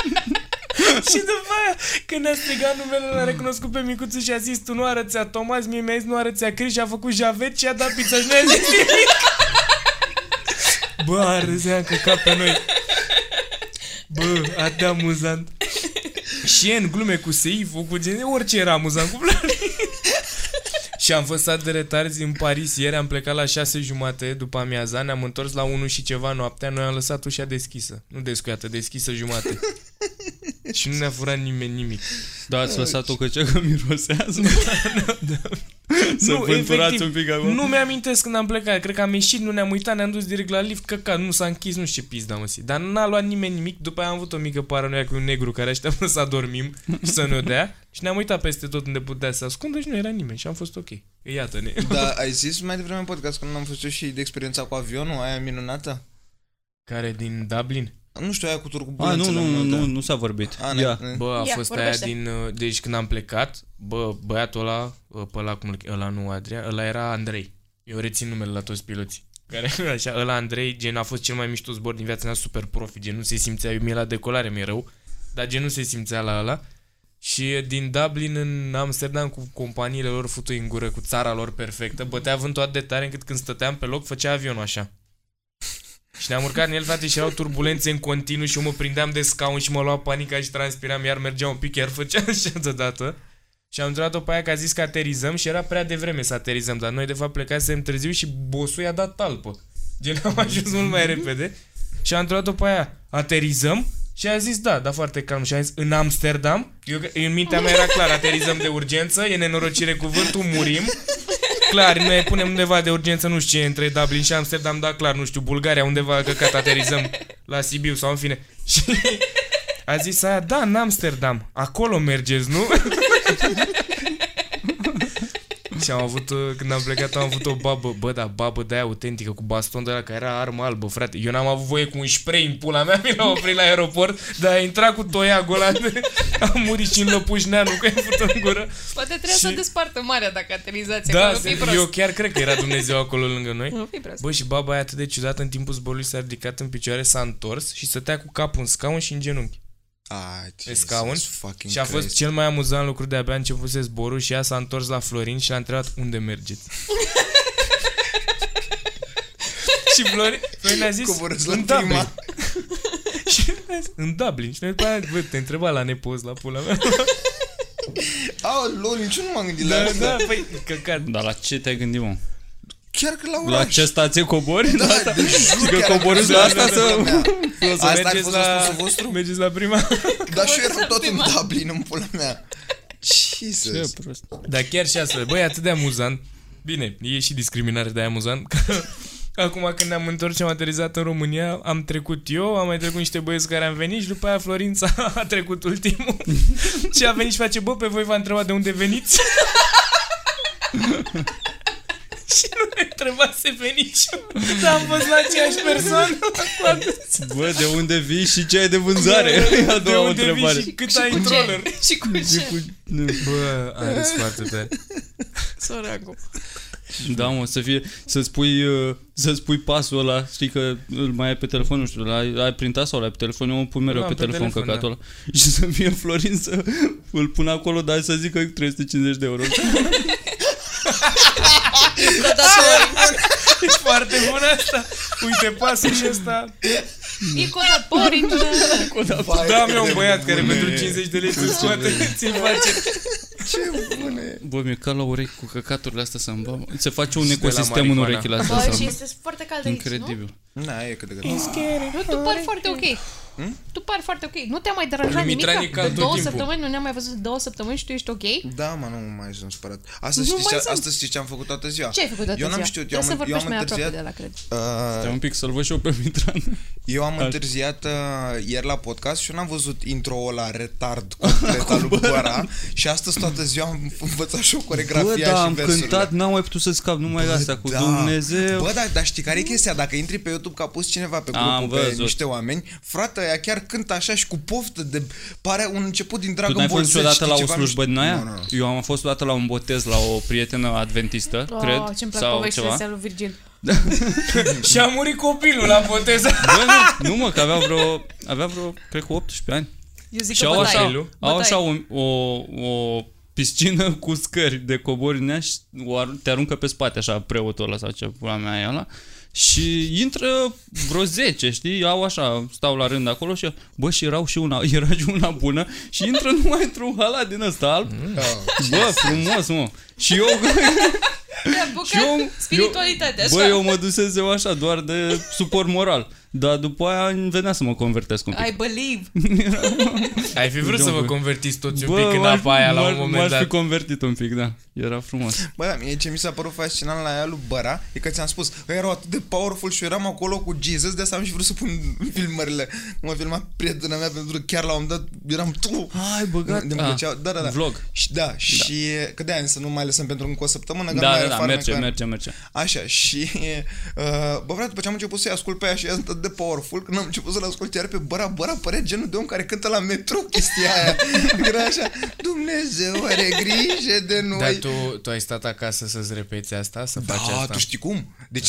Speaker 1: și după aia, când ne-a strigat numele, l-a recunoscut pe micuțul și a zis Tu nu arăți a Tomas, mie mi-a zis nu arăți a Chris și a făcut Javert și a dat pizza și ne-a zis nimic. Bă, a râzea că cap pe noi. Bă, atât de amuzant. Și în glume cu Seiful, cu gen, orice era amuzant cu Vlad. Și am fost atât de retarzi în Paris ieri, am plecat la 6 jumate după amiaza, ne-am întors la 1 și ceva noaptea, noi am lăsat ușa deschisă. Nu descuiată, deschisă jumate. și nu ne-a furat nimeni nimic.
Speaker 3: Da, ați lăsat-o că ce că mirosează? Să
Speaker 1: nu,
Speaker 3: vânturați
Speaker 1: efectiv,
Speaker 3: un pic acum.
Speaker 1: Nu mi-amintesc când am plecat, cred că am ieșit, nu ne-am uitat, ne-am dus direct la lift, că nu s-a închis, nu știu ce pizda mă si. Dar n-a luat nimeni nimic, după aia am avut o mică paranoia cu un negru care așteaptă să adormim și să ne dea și ne-am uitat peste tot unde putea să ascundă și nu era nimeni și am fost ok. Iată-ne.
Speaker 4: Dar Da, ai zis mai devreme în podcast când am fost eu și de experiența cu avionul, aia minunată?
Speaker 1: Care din Dublin?
Speaker 4: Nu știu, aia cu turbulențele.
Speaker 3: A, Ah, nu, nu, nu,
Speaker 4: multe.
Speaker 3: nu, nu s-a vorbit.
Speaker 4: da. A, Ah, ne,
Speaker 3: Ia.
Speaker 4: ne,
Speaker 1: Bă, a
Speaker 2: Ia,
Speaker 1: fost
Speaker 2: vorbește.
Speaker 1: aia din... uh, Deci când am plecat, bă, băiatul ăla, uh, pe ăla, cum, îl che- ăla nu Adrian, ăla era Andrei. Eu rețin numele la toți piloții. Care, așa, ăla Andrei, gen, a fost cel mai mișto zbor din viața mea, super profi, gen, nu se simțea, eu mie la decolare mi rău, dar gen, nu se simțea la ăla. Și uh, din Dublin în Amsterdam cu companiile lor futui în gură, cu țara lor perfectă, bătea vântul atât de tare încât când stăteam pe loc făcea avionul așa. Și ne-am urcat în el, frate, și erau turbulențe în continuu și eu mă prindeam de scaun și mă lua panica și transpiram, iar mergea un pic, iar făcea așa deodată. Și am întrebat-o pe aia că a zis că aterizăm și era prea devreme să aterizăm, dar noi de fapt plecasem târziu și bosul i-a dat talpă. Gen, am ajuns mult mai repede. Și am întrebat-o pe aia, aterizăm? Și a zis da, dar foarte calm. Și a zis, în Amsterdam? Eu, în mintea mea era clar, aterizăm de urgență, e nenorocire cuvântul, murim. Clar, ne punem undeva de urgență, nu știu ce, între Dublin și Amsterdam, dar clar, nu știu, Bulgaria, undeva a căcat aterizăm la Sibiu sau în fine. Și a zis aia, da, în Amsterdam, acolo mergeți, nu? Și am avut, uh, când am plecat, am avut o babă, bă, da, babă de aia autentică, cu baston de la care era armă albă, frate. Eu n-am avut voie cu un spray în pula mea, mi l-a oprit la aeroport, dar a intrat cu toiagul ăla, de- am murit și în lăpușneanul, că i-a făcut în gură.
Speaker 2: out. Poate trebuie și... să
Speaker 1: și-
Speaker 2: despartă marea dacă aterizați
Speaker 1: Da,
Speaker 2: acolo, nu fi
Speaker 1: se-
Speaker 2: prost.
Speaker 1: eu chiar cred că era Dumnezeu acolo lângă noi.
Speaker 2: Nu fi prost.
Speaker 1: Bă, și baba aia atât de ciudată, în timpul zborului s-a ridicat în picioare, s-a întors și stătea cu capul în scaun și în genunchi.
Speaker 4: A,
Speaker 1: Pe
Speaker 4: Ah, Jesus
Speaker 1: scaun.
Speaker 4: fucking
Speaker 1: Și a fost
Speaker 4: Christ.
Speaker 1: cel mai amuzant lucru de abia începuse zborul și ea s-a întors la Florin și l-a întrebat unde mergeți. și Florin, Florin a zis
Speaker 4: Coborâți la
Speaker 1: în
Speaker 4: prima.
Speaker 1: Dublin. și a zis, în Dublin. Și noi după aia, bă, te întreba la nepoz la pula mea.
Speaker 4: Aoleu, nici eu nu m-am gândit la
Speaker 1: da,
Speaker 4: asta.
Speaker 1: da, păi, căcat.
Speaker 3: Dar la ce te-ai gândit, mă?
Speaker 4: Chiar că la
Speaker 3: La
Speaker 4: oraș.
Speaker 3: ce stație cobori? Da.
Speaker 4: Da, deci jur
Speaker 3: că
Speaker 4: chiar
Speaker 3: coborâți la asta să-
Speaker 1: O să
Speaker 4: Da. Asta a
Speaker 1: mergeți
Speaker 4: fost
Speaker 1: la...
Speaker 4: răspunsul vostru?
Speaker 1: Mergeți la prima.
Speaker 4: Dar și eu eram tot în
Speaker 2: prima.
Speaker 4: Dublin, în pula mea.
Speaker 3: Ce
Speaker 4: Jesus.
Speaker 3: prost.
Speaker 1: Dar chiar și astfel, băi, e atât de amuzant. Bine, e și discriminare, dar e amuzant. Că acum când ne-am întors și am aterizat în România, am trecut eu, am mai trecut niște băieți care am venit și după aia Florința a trecut ultimul. și a venit și face, bă, pe voi v-a întrebat de unde veniți? și nu ne întreba să veniți. Dar am fost la aceeași persoană. cu atât.
Speaker 3: Bă, de unde vii și ce ai de vânzare? E a
Speaker 1: de
Speaker 3: doua
Speaker 1: unde
Speaker 3: întrebare.
Speaker 1: vii și cât
Speaker 2: Și
Speaker 1: ai
Speaker 2: cu
Speaker 1: în
Speaker 2: ce?
Speaker 1: roller?
Speaker 2: Și cu ce?
Speaker 3: Și cu- nu.
Speaker 1: Bă, am râs foarte tare.
Speaker 2: Săracu.
Speaker 3: Da, mă, să fie, să spui, uh, să spui pasul ăla, știi că îl mai ai pe telefon, nu știu, l-ai, l-ai printat sau l-ai pe telefon, eu îl pun mereu
Speaker 1: L-am
Speaker 3: pe,
Speaker 1: pe
Speaker 3: telefon,
Speaker 1: telefon, da.
Speaker 3: căcatul ăla. Și să fie Florin să îl pun acolo, dar să zică 350 de euro.
Speaker 2: Da, da, sorry.
Speaker 1: E foarte bun asta. Uite, pasul și ăsta.
Speaker 2: E cu ăla porridge.
Speaker 4: Vai,
Speaker 1: Da,
Speaker 4: cât
Speaker 1: mi un
Speaker 4: de
Speaker 1: băiat care
Speaker 4: bune
Speaker 1: pentru
Speaker 4: e.
Speaker 1: 50 de lei ți-l scoate, ți-l face.
Speaker 4: Ce bune.
Speaker 3: Bă, mi-e ca la urechi cu căcaturile astea să îmi Se face un
Speaker 1: Și de la
Speaker 3: ecosistem în
Speaker 1: marihuana.
Speaker 3: urechile astea.
Speaker 2: Bă,
Speaker 3: să-mi-
Speaker 2: și este foarte cald aici, nu?
Speaker 3: Incredibil.
Speaker 4: Na, e cât de greu.
Speaker 2: Tu pari foarte ok. Tu pari foarte ok. Nu te-a mai
Speaker 1: Lui
Speaker 2: deranjat nimic?
Speaker 1: Mitran e
Speaker 2: De
Speaker 1: cald tot
Speaker 2: două
Speaker 1: timpul.
Speaker 2: săptămâni nu ne-am mai văzut de două săptămâni și tu ești ok?
Speaker 4: Da, mă, nu mai sunt supărat. Astăzi
Speaker 2: Nu
Speaker 4: știi,
Speaker 2: mai
Speaker 4: ce,
Speaker 2: sunt.
Speaker 4: astăzi știi ce am făcut toată ziua?
Speaker 2: Ce ai făcut atât
Speaker 4: Eu n-am
Speaker 2: ziua?
Speaker 4: știut, eu
Speaker 2: Trebuie să
Speaker 4: am, eu
Speaker 2: vorbești
Speaker 4: am
Speaker 2: mai aproape de
Speaker 4: întârziat.
Speaker 2: la cred.
Speaker 4: Uh,
Speaker 3: Stai un pic să-l văd și eu pe Mitran.
Speaker 4: Eu am întârziat uh, ieri la podcast și eu n-am văzut intro-ul la retard complet al lui Băra și astăzi toată ziua am învățat și o
Speaker 3: Bă,
Speaker 4: coregrafia
Speaker 3: da,
Speaker 4: și
Speaker 3: am
Speaker 4: versurile.
Speaker 3: cântat, n-am mai putut să scap numai la asta cu
Speaker 4: da.
Speaker 3: Dumnezeu.
Speaker 4: Bă, dar, dar știi care e chestia? Dacă intri pe YouTube că a pus cineva pe
Speaker 3: Am
Speaker 4: grupul pe
Speaker 3: văzut.
Speaker 4: niște oameni, frate, ea chiar cântă așa și cu poftă de... Pare un început din
Speaker 3: Tu
Speaker 4: Dragon
Speaker 3: n-ai
Speaker 4: Ball
Speaker 3: fost
Speaker 4: Z,
Speaker 3: niciodată
Speaker 4: știi,
Speaker 3: la o
Speaker 4: ceva, nu
Speaker 3: slujbă din
Speaker 4: știu-
Speaker 3: aia?
Speaker 4: Nu, nu, nu.
Speaker 3: Eu am fost odată la un botez la o prietenă adventistă,
Speaker 2: Oh,
Speaker 3: cred,
Speaker 2: ce-mi plac
Speaker 3: sau
Speaker 2: poveștile
Speaker 3: ceva.
Speaker 2: astea lui Virgil.
Speaker 1: Și a murit copilul la boteză.
Speaker 3: Bă, nu, nu mă, că avea vreo, avea vreo, cred că 18 ani.
Speaker 2: Eu zic
Speaker 3: Și
Speaker 2: că
Speaker 3: au
Speaker 2: bătaie.
Speaker 3: așa, au
Speaker 2: Bătaie.
Speaker 3: așa o, o, o piscină cu scări de cobori în ea și o ar- te aruncă pe spate așa preotul ăla sau ce pula mea e ăla și intră vreo 10, știi? Au așa, stau la rând acolo și bă, și erau și una, era și una bună și intră numai într-un halat din ăsta alb.
Speaker 1: Mm.
Speaker 3: Bă, frumos, mă. Și eu,
Speaker 2: Te-a
Speaker 3: și
Speaker 2: apucat
Speaker 3: eu,
Speaker 2: spiritualitatea,
Speaker 3: eu,
Speaker 2: așa.
Speaker 3: bă, eu mă dusesem așa, doar de suport moral. Dar după aia îmi venea să mă convertesc un pic.
Speaker 2: I believe.
Speaker 1: Ai fi vrut să vă
Speaker 3: Domnul.
Speaker 1: convertiți toți un
Speaker 3: Bă,
Speaker 1: pic în
Speaker 3: m-aș-
Speaker 1: apa aia la
Speaker 3: m-aș-
Speaker 1: un moment
Speaker 3: M-aș fi
Speaker 1: dat.
Speaker 3: convertit un pic, da. Era frumos.
Speaker 4: Bă, da, mie ce mi s-a părut fascinant la ea lui Băra e că ți-am spus, ei erau atât de powerful și eu eram acolo cu Jesus, de asta am și vrut să pun filmările. Mă filma prietena mea pentru că chiar la un moment dat eram tu.
Speaker 3: Ai băgat-
Speaker 4: Îmi
Speaker 3: Ah,
Speaker 4: plăceau- da, da, da.
Speaker 3: vlog.
Speaker 4: Și, da, și că de să nu mai lăsăm pentru încă o săptămână. că nu
Speaker 3: Da,
Speaker 4: mai
Speaker 3: da,
Speaker 4: are
Speaker 3: da,
Speaker 4: farmec,
Speaker 3: merge,
Speaker 4: că-
Speaker 3: merge, merge.
Speaker 4: Așa, și uh, bă, frate, după ce am început să-i ascult pe ea și ea sunt atât de powerful, când am început să-l ascult chiar pe Băra, Băra părea genul de om care cântă la metro chestia aia. Era așa, Dumnezeu are grijă de noi.
Speaker 1: Dar tu, tu ai stat acasă să-ți repeți asta? Să faci
Speaker 4: Da,
Speaker 1: asta?
Speaker 4: tu știi cum? Deci,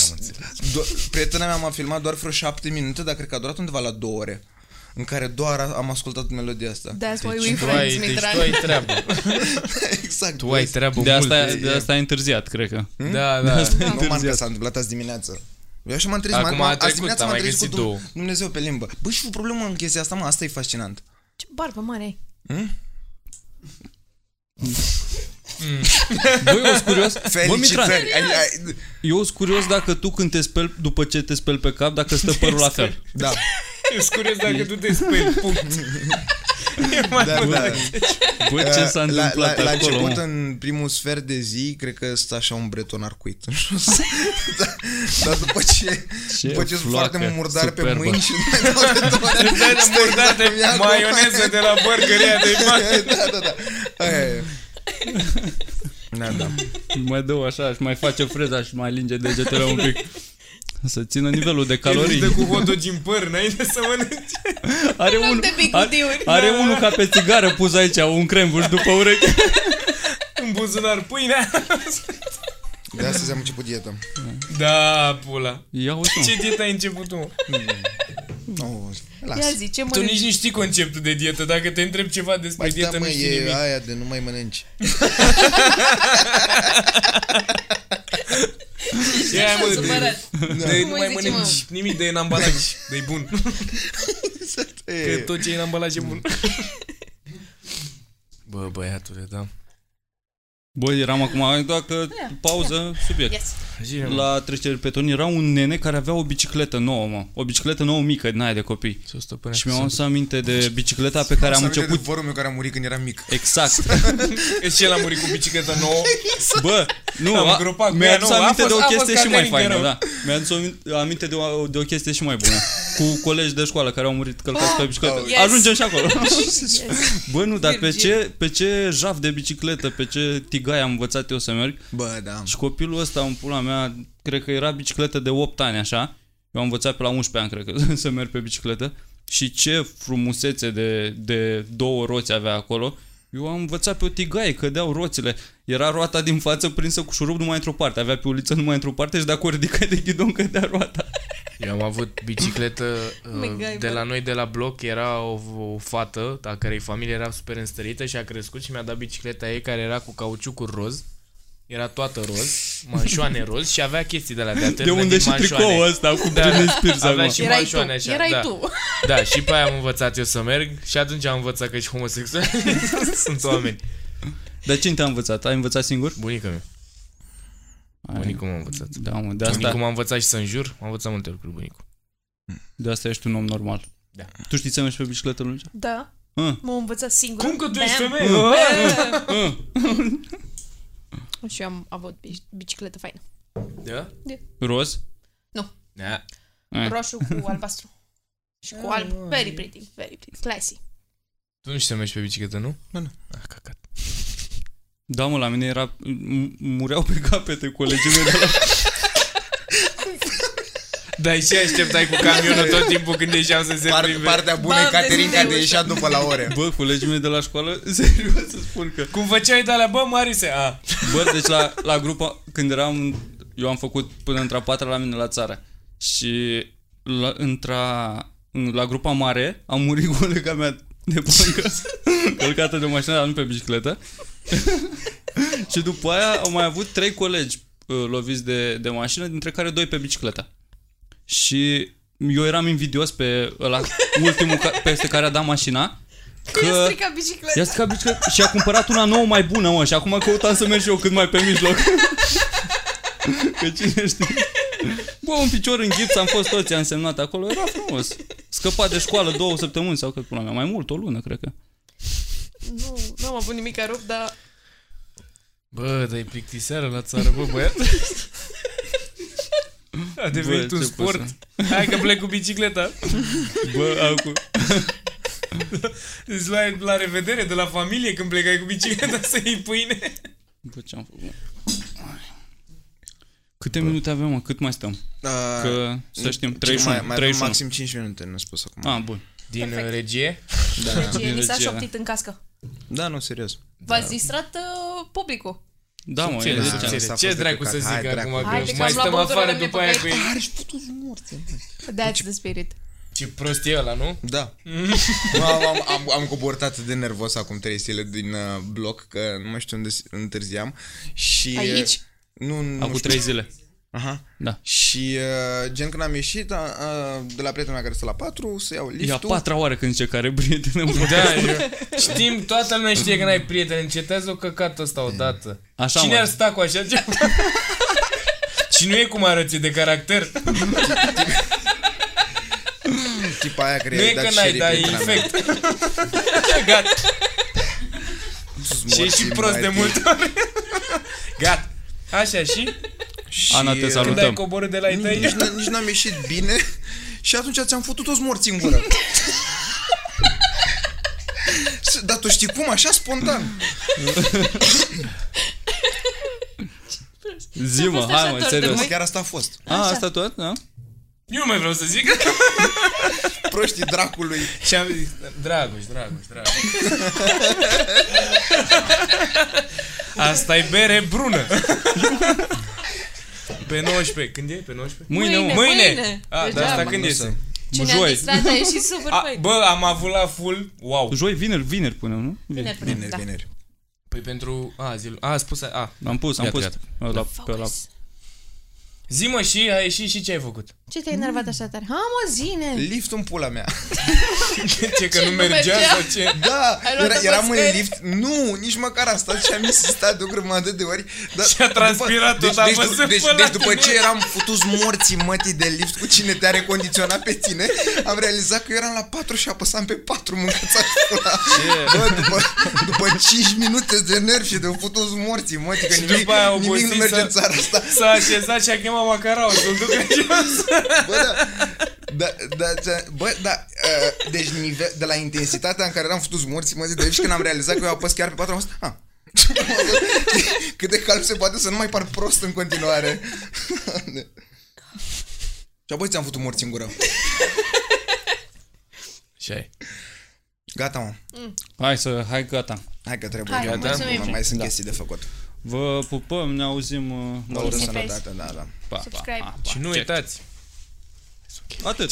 Speaker 4: do- prietena mea m-a filmat doar vreo șapte minute, dar cred că a durat undeva la două ore în care doar a- am ascultat melodia asta.
Speaker 2: That's why we
Speaker 1: Deci tu ai,
Speaker 2: friends,
Speaker 1: deci
Speaker 2: Mitran.
Speaker 1: tu ai treabă.
Speaker 4: exact.
Speaker 1: Tu ai treabă
Speaker 3: De asta,
Speaker 1: mult.
Speaker 3: de asta e întârziat, cred că.
Speaker 1: Da, da.
Speaker 4: Nu man că s-a întâmplat azi dimineață. Eu așa m-am trezit,
Speaker 1: Acum
Speaker 4: m-am,
Speaker 1: a
Speaker 4: azi
Speaker 1: trecut,
Speaker 4: dimineața
Speaker 1: a
Speaker 4: m-am
Speaker 1: mai
Speaker 4: trezit cu
Speaker 1: găsit două.
Speaker 4: Dum- Dumnezeu pe limbă. Bă, și o problemă în chestia asta, mă, asta e fascinant.
Speaker 2: Ce barbă mare ai.
Speaker 3: Băi, eu sunt curios. Bă, Mitran,
Speaker 4: Felicitări! Ai, ai,
Speaker 3: eu sunt curios dacă tu când te speli, după ce te speli pe cap, dacă stă părul la fel.
Speaker 4: da,
Speaker 1: Ești curios dacă tu te speli, punct. E mai
Speaker 4: da,
Speaker 1: mult.
Speaker 4: da.
Speaker 3: Bă, ce s-a
Speaker 4: Eh, Uh, la, la,
Speaker 3: întâmplat
Speaker 4: la
Speaker 3: acolo,
Speaker 4: început,
Speaker 3: mă?
Speaker 4: în primul sfert de zi, cred că stă așa un breton arcuit în jos. dar, dar după ce,
Speaker 3: Ce
Speaker 4: după ce sunt
Speaker 3: floacă
Speaker 4: foarte murdar pe
Speaker 3: superbă.
Speaker 4: mâini și nu mai dau de toate, stă
Speaker 1: Da,
Speaker 4: exact
Speaker 1: de
Speaker 4: cum e acum.
Speaker 1: maioneză de la burgeria de
Speaker 4: da, da, da. Aia e. Da, da.
Speaker 3: Mai dau așa și mai face freza și mai linge degetele un pic. Să țină nivelul de
Speaker 1: Calorii.
Speaker 3: calorii.
Speaker 1: cu hotogi în păr înainte să mănânci.
Speaker 3: Are,
Speaker 2: loc
Speaker 3: un,
Speaker 2: de da.
Speaker 3: are,
Speaker 2: bicudiuri.
Speaker 3: are unul ca pe țigară pus aici, un crembuș după ureche.
Speaker 1: În buzunar pâinea.
Speaker 4: De astăzi am început dietă.
Speaker 1: Da, pula.
Speaker 3: Ia uite, mă.
Speaker 1: Ce dietă ai început tu? mă?
Speaker 4: Nu, las.
Speaker 2: Ia zi, ce
Speaker 1: Tu nici
Speaker 2: mănânci?
Speaker 1: nu știi conceptul de dietă. Dacă te întreb ceva despre
Speaker 4: Păi da,
Speaker 1: dietă,
Speaker 4: mă,
Speaker 1: nu știi
Speaker 4: e
Speaker 1: nimic.
Speaker 4: aia de nu mai mănânci.
Speaker 1: E aia, mă, de,
Speaker 2: Sunt supărat.
Speaker 1: de
Speaker 2: Cum
Speaker 1: nu
Speaker 2: îi
Speaker 1: mai
Speaker 2: zice, mă?
Speaker 1: mănânci nimic de în ambalaj. de e bun. Că
Speaker 4: E,
Speaker 1: tot ce e în ambalaj e bun. Bă, băiatule, da.
Speaker 3: Bă, eram acum, dacă pauză, subiect.
Speaker 2: Yes.
Speaker 1: Zine, mă.
Speaker 3: La trecere pe ton era un nene care avea o bicicletă nouă, mă. O bicicletă nouă mică, din aia de copii.
Speaker 1: Să o stăpânească
Speaker 3: Și mi-am
Speaker 1: să-
Speaker 3: adus aminte de bicicleta pe care am început
Speaker 4: vorul meu care a murit când eram mic.
Speaker 3: Exact.
Speaker 1: Deci el a murit cu bicicleta nouă.
Speaker 3: Bă, nu,
Speaker 1: Am
Speaker 3: a-
Speaker 1: gropat cu
Speaker 3: mi-a
Speaker 1: ea
Speaker 3: adus
Speaker 1: nouă. A
Speaker 3: aminte de
Speaker 1: fost- a
Speaker 3: o
Speaker 1: fost
Speaker 3: chestie și mai
Speaker 1: Caterinca
Speaker 3: faină,
Speaker 1: rău.
Speaker 3: da. Mi-a adus o- aminte de o, de o chestie și mai bună. Cu colegi de școală care au murit călcați pe bicicletă.
Speaker 4: Oh,
Speaker 2: yes.
Speaker 3: Ajungem și acolo.
Speaker 2: Yes.
Speaker 3: Bă, nu, dar pe
Speaker 2: Virgil.
Speaker 3: ce, pe ce jaf de bicicletă, pe ce tigai am învățat eu să merg,
Speaker 4: Bă, da.
Speaker 3: Și copilul ăsta, în pula mea, cred că era bicicletă de 8 ani, așa. Eu am învățat pe la 11 ani, cred că, să merg pe bicicletă. Și ce frumusețe de, de două roți avea acolo. Eu am învățat pe o tigaie, cădeau roțile. Era roata din față prinsă cu șurub numai într-o parte. Avea pe uliță numai într-o parte și dacă o ridicai de ghidon, cădea roata.
Speaker 1: Eu am avut bicicletă uh,
Speaker 2: MacGyver.
Speaker 1: de la noi de la bloc, era o, o fată a cărei familie era super înstărită și a crescut și mi-a dat bicicleta ei care era cu cauciucuri roz. Era toată roz, manșoane roz și avea chestii de la de
Speaker 3: De unde și tricoul ăsta cu da. Britney Spears
Speaker 1: Avea
Speaker 3: acum.
Speaker 1: și
Speaker 2: Erai tu,
Speaker 1: manșoane așa,
Speaker 2: erai
Speaker 1: da.
Speaker 2: tu.
Speaker 1: Da, și pe aia am învățat eu să merg și atunci am învățat că și homosexual sunt oameni.
Speaker 3: Dar cine te-a învățat? Ai învățat singur?
Speaker 1: Bunica mea,
Speaker 3: Ai.
Speaker 1: bunicul m-a învățat.
Speaker 3: Da, mă, de
Speaker 1: Bunicul
Speaker 3: asta,
Speaker 1: m-a învățat și să înjur, m-a învățat multe lucruri bunicul.
Speaker 3: de asta ești un om normal.
Speaker 1: Da.
Speaker 3: Tu știi să mergi pe bicicletă lungi?
Speaker 2: Da.
Speaker 3: Ah.
Speaker 2: M-am învățat singură.
Speaker 1: Cum că tu
Speaker 2: Bam.
Speaker 1: ești femeie? Ah!
Speaker 3: Ă,
Speaker 2: Și eu am avut bici- bicicletă faină.
Speaker 1: Da?
Speaker 3: Roz?
Speaker 1: Da.
Speaker 3: Eh.
Speaker 2: Roșu cu albastru. Și cu
Speaker 1: Ah,
Speaker 2: alb.
Speaker 1: mă,
Speaker 2: Very
Speaker 1: e-
Speaker 2: pretty, very pretty. Classy.
Speaker 1: Tu nu știi să mergi pe bicicletă, nu?
Speaker 4: Ba nu.
Speaker 1: Ah, căcat.
Speaker 3: Da, mă, la mine era... m- Mureau pe capete colegii mei de la...
Speaker 1: Da, și așteptai cu camionul tot timpul când ieșeam să se
Speaker 4: Par,
Speaker 1: plimbe.
Speaker 4: partea bună e
Speaker 2: Bam,
Speaker 4: Caterinca de
Speaker 2: dezinfectă.
Speaker 4: ieșat după la ore.
Speaker 3: Bă, colegii mei de la școală, serios să spun că...
Speaker 1: Cum făceai de alea, bă, Marise? A,
Speaker 3: Bă, deci la, la grupa, când eram, eu am făcut până între a patra la mine la țară și la, între la grupa mare am murit colega mea de bancă, călcată de mașină, dar nu pe bicicletă. și după aia au mai avut trei colegi uh, loviți de, de mașină, dintre care doi pe bicicletă. Și eu eram invidios pe la ultimul ca- peste care a dat mașina.
Speaker 2: Că i-a stricat bicicleta.
Speaker 3: I-a stricat bicicleta și a cumpărat una nouă mai bună, mă, și acum căutam să merg și eu cât mai pe mijloc. Că cine știe. Bă, un picior în ghips, am fost toți, am semnat acolo, era frumos. Scăpat de școală două săptămâni sau cât până mea, mai mult, o lună, cred că.
Speaker 2: Nu, n-am avut nimic a rup, dar...
Speaker 1: Bă, dar e plictiseară la țară, bă, băiat. A devenit
Speaker 3: Bă,
Speaker 1: un
Speaker 3: ce
Speaker 1: sport.
Speaker 3: poți
Speaker 1: Hai că plec cu bicicleta.
Speaker 3: Bă, acum...
Speaker 1: Îți luai la revedere de la familie când plecai cu bicicleta să iei pâine.
Speaker 3: Bă, ce-am făcut? Câte minute avem, mă? Cât mai stăm?
Speaker 4: Uh,
Speaker 3: Că, să știm,
Speaker 4: ce,
Speaker 3: 31,
Speaker 4: mai, mai avem
Speaker 3: 31.
Speaker 4: maxim 5 minute, nu spus acum.
Speaker 3: Ah, bun.
Speaker 1: Din uh,
Speaker 2: Perfect.
Speaker 1: regie?
Speaker 4: Da,
Speaker 2: Deci mi s-a
Speaker 3: Regia.
Speaker 2: șoptit în cască.
Speaker 4: da, nu, serios.
Speaker 2: V-ați distrat uh, publicul.
Speaker 3: Da, mă,
Speaker 1: Ce,
Speaker 3: e
Speaker 4: da,
Speaker 1: ce,
Speaker 3: ziceam.
Speaker 1: ce,
Speaker 4: s-a
Speaker 1: ce,
Speaker 4: fost
Speaker 1: ce
Speaker 4: de
Speaker 1: dracu
Speaker 4: căcat.
Speaker 1: să
Speaker 4: Hai,
Speaker 1: zic
Speaker 4: dracu.
Speaker 1: acum
Speaker 2: Hai,
Speaker 1: că
Speaker 2: că
Speaker 1: mai
Speaker 2: am luat
Speaker 1: stăm
Speaker 2: băutură,
Speaker 1: afară
Speaker 2: ne
Speaker 1: după aia cu
Speaker 2: pocăim.
Speaker 1: ei.
Speaker 2: That's the spirit.
Speaker 1: Ce prost e ăla, nu?
Speaker 4: Da. Mă, am, am, am, am coborât atât de nervos acum trei zile din uh, bloc, că nu mai știu unde s- întârziam. Și, uh,
Speaker 2: Aici?
Speaker 4: Nu, nu
Speaker 3: Acum
Speaker 4: știu.
Speaker 3: trei zile.
Speaker 4: Aha.
Speaker 3: Da.
Speaker 4: Și uh, gen când am ieșit a, a, de la prietena mea care stă la 4, să iau
Speaker 3: E a
Speaker 4: liftul.
Speaker 3: patra oară când zice care prieten în
Speaker 1: Da, eu- știm, toată lumea știe că n-ai prieteni, încetează o căcată asta odată.
Speaker 3: Așa,
Speaker 1: Cine
Speaker 3: mă.
Speaker 1: ar sta cu așa ceva? Și nu e cum arăți e de caracter.
Speaker 4: Tipa aia care
Speaker 1: Nu
Speaker 4: i-ai
Speaker 1: e
Speaker 4: dat
Speaker 1: că n-ai,
Speaker 4: share-i
Speaker 1: dar e
Speaker 4: prietena mea.
Speaker 1: infect. Gata.
Speaker 4: Sus,
Speaker 1: Și e și
Speaker 4: morții,
Speaker 1: prost de
Speaker 4: mate.
Speaker 1: mult. Gata. Așa și?
Speaker 4: Și,
Speaker 3: Ana, te
Speaker 4: uh,
Speaker 1: Când
Speaker 3: salutăm.
Speaker 1: ai coborât de la ei
Speaker 4: Nu, nici,
Speaker 1: tăi?
Speaker 4: n- nici n-am ieșit bine și atunci ți-am făcut toți morții în gură. S- Dar tu știi cum? Așa spontan.
Speaker 3: Zi,
Speaker 2: A
Speaker 3: mă,
Speaker 2: fost
Speaker 3: hai,
Speaker 2: așa
Speaker 3: mă,
Speaker 2: tort de
Speaker 3: serios.
Speaker 2: mâini.
Speaker 4: Chiar asta a fost.
Speaker 3: A, asta tot, da?
Speaker 1: Eu nu mai vreau să zic.
Speaker 4: Proștii dracului.
Speaker 1: Și am zis, Dragoș, Dragoș, Dragoș. Asta e bere brună. Pe 19, când e? Pe 19?
Speaker 3: Mâine, mă.
Speaker 1: Mâine!
Speaker 2: Mâine.
Speaker 1: A,
Speaker 2: Deci
Speaker 1: dar asta
Speaker 2: da,
Speaker 1: când
Speaker 4: mă, nu
Speaker 1: este?
Speaker 4: sunt.
Speaker 2: Cine a
Speaker 3: Joi.
Speaker 2: distrat a ieșit super
Speaker 1: A,
Speaker 2: fain.
Speaker 1: bă, am avut la full, wow.
Speaker 3: Joi, vineri, vineri punem, nu?
Speaker 2: Vineri,
Speaker 4: Vineri,
Speaker 2: da.
Speaker 4: vineri.
Speaker 1: Păi pentru, a, zil, a, a spus, a,
Speaker 3: Am pus, am
Speaker 1: Gata,
Speaker 3: pus
Speaker 1: gata.
Speaker 3: La, pe la...
Speaker 2: Focus.
Speaker 1: zi mă și ai ieșit și ce ai făcut?
Speaker 2: Ce te-ai enervat așa tare? Ha, mă, zine!
Speaker 4: Lift în pula mea.
Speaker 1: Ce, că nu
Speaker 2: nu
Speaker 1: mergea
Speaker 2: mergea?
Speaker 1: sau ce?
Speaker 4: Da,
Speaker 2: Ai luat
Speaker 4: era,
Speaker 2: apă
Speaker 4: eram în
Speaker 2: scări?
Speaker 4: lift. Nu, nici măcar am stat și am insistat de o grămadă de ori. Dar
Speaker 1: Și a transpirat
Speaker 4: după,
Speaker 1: tot
Speaker 4: deci,
Speaker 1: apă
Speaker 4: deci,
Speaker 1: să
Speaker 4: du- deci,
Speaker 1: până
Speaker 4: deci
Speaker 1: la
Speaker 4: după
Speaker 1: tine.
Speaker 4: ce eram futus morții mătii de lift cu cine te-a recondiționat pe tine, am realizat că eu eram la 4 și apăsam pe 4 mâncața pula. Bă, după, după 5 minute de nervi și de futus morții mătii, că
Speaker 1: Și
Speaker 4: nimic,
Speaker 1: după aia au
Speaker 4: nimic nu
Speaker 1: obosit
Speaker 4: merge
Speaker 1: să-
Speaker 4: în țara asta.
Speaker 1: S-a așezat și a chemat macarau să-l ducă jos.
Speaker 4: Bă, da, da, da, da, bă, da, uh, deci nivel, de la intensitatea în care eram futus morți, mă zic, de aici când am realizat că eu apăs chiar pe patru, am zis, ah. Cât de calm se poate să nu mai par prost în continuare. Și apoi ți-am făcut morți în gură.
Speaker 1: Și ai.
Speaker 4: Gata, mă.
Speaker 3: Hai să, hai gata.
Speaker 4: Hai că trebuie.
Speaker 2: Hai,
Speaker 4: Gata.
Speaker 2: mulțumim.
Speaker 4: Mai, mai sunt chestii de făcut.
Speaker 3: Vă pupăm, ne auzim. uh, la
Speaker 4: Mă
Speaker 3: urmă.
Speaker 4: urez
Speaker 2: mulțumim.
Speaker 4: sănătate, da, da.
Speaker 3: Pa, pa,
Speaker 2: Subscribe.
Speaker 3: pa, pa.
Speaker 1: Și nu
Speaker 3: Check.
Speaker 1: uitați.
Speaker 3: Atât.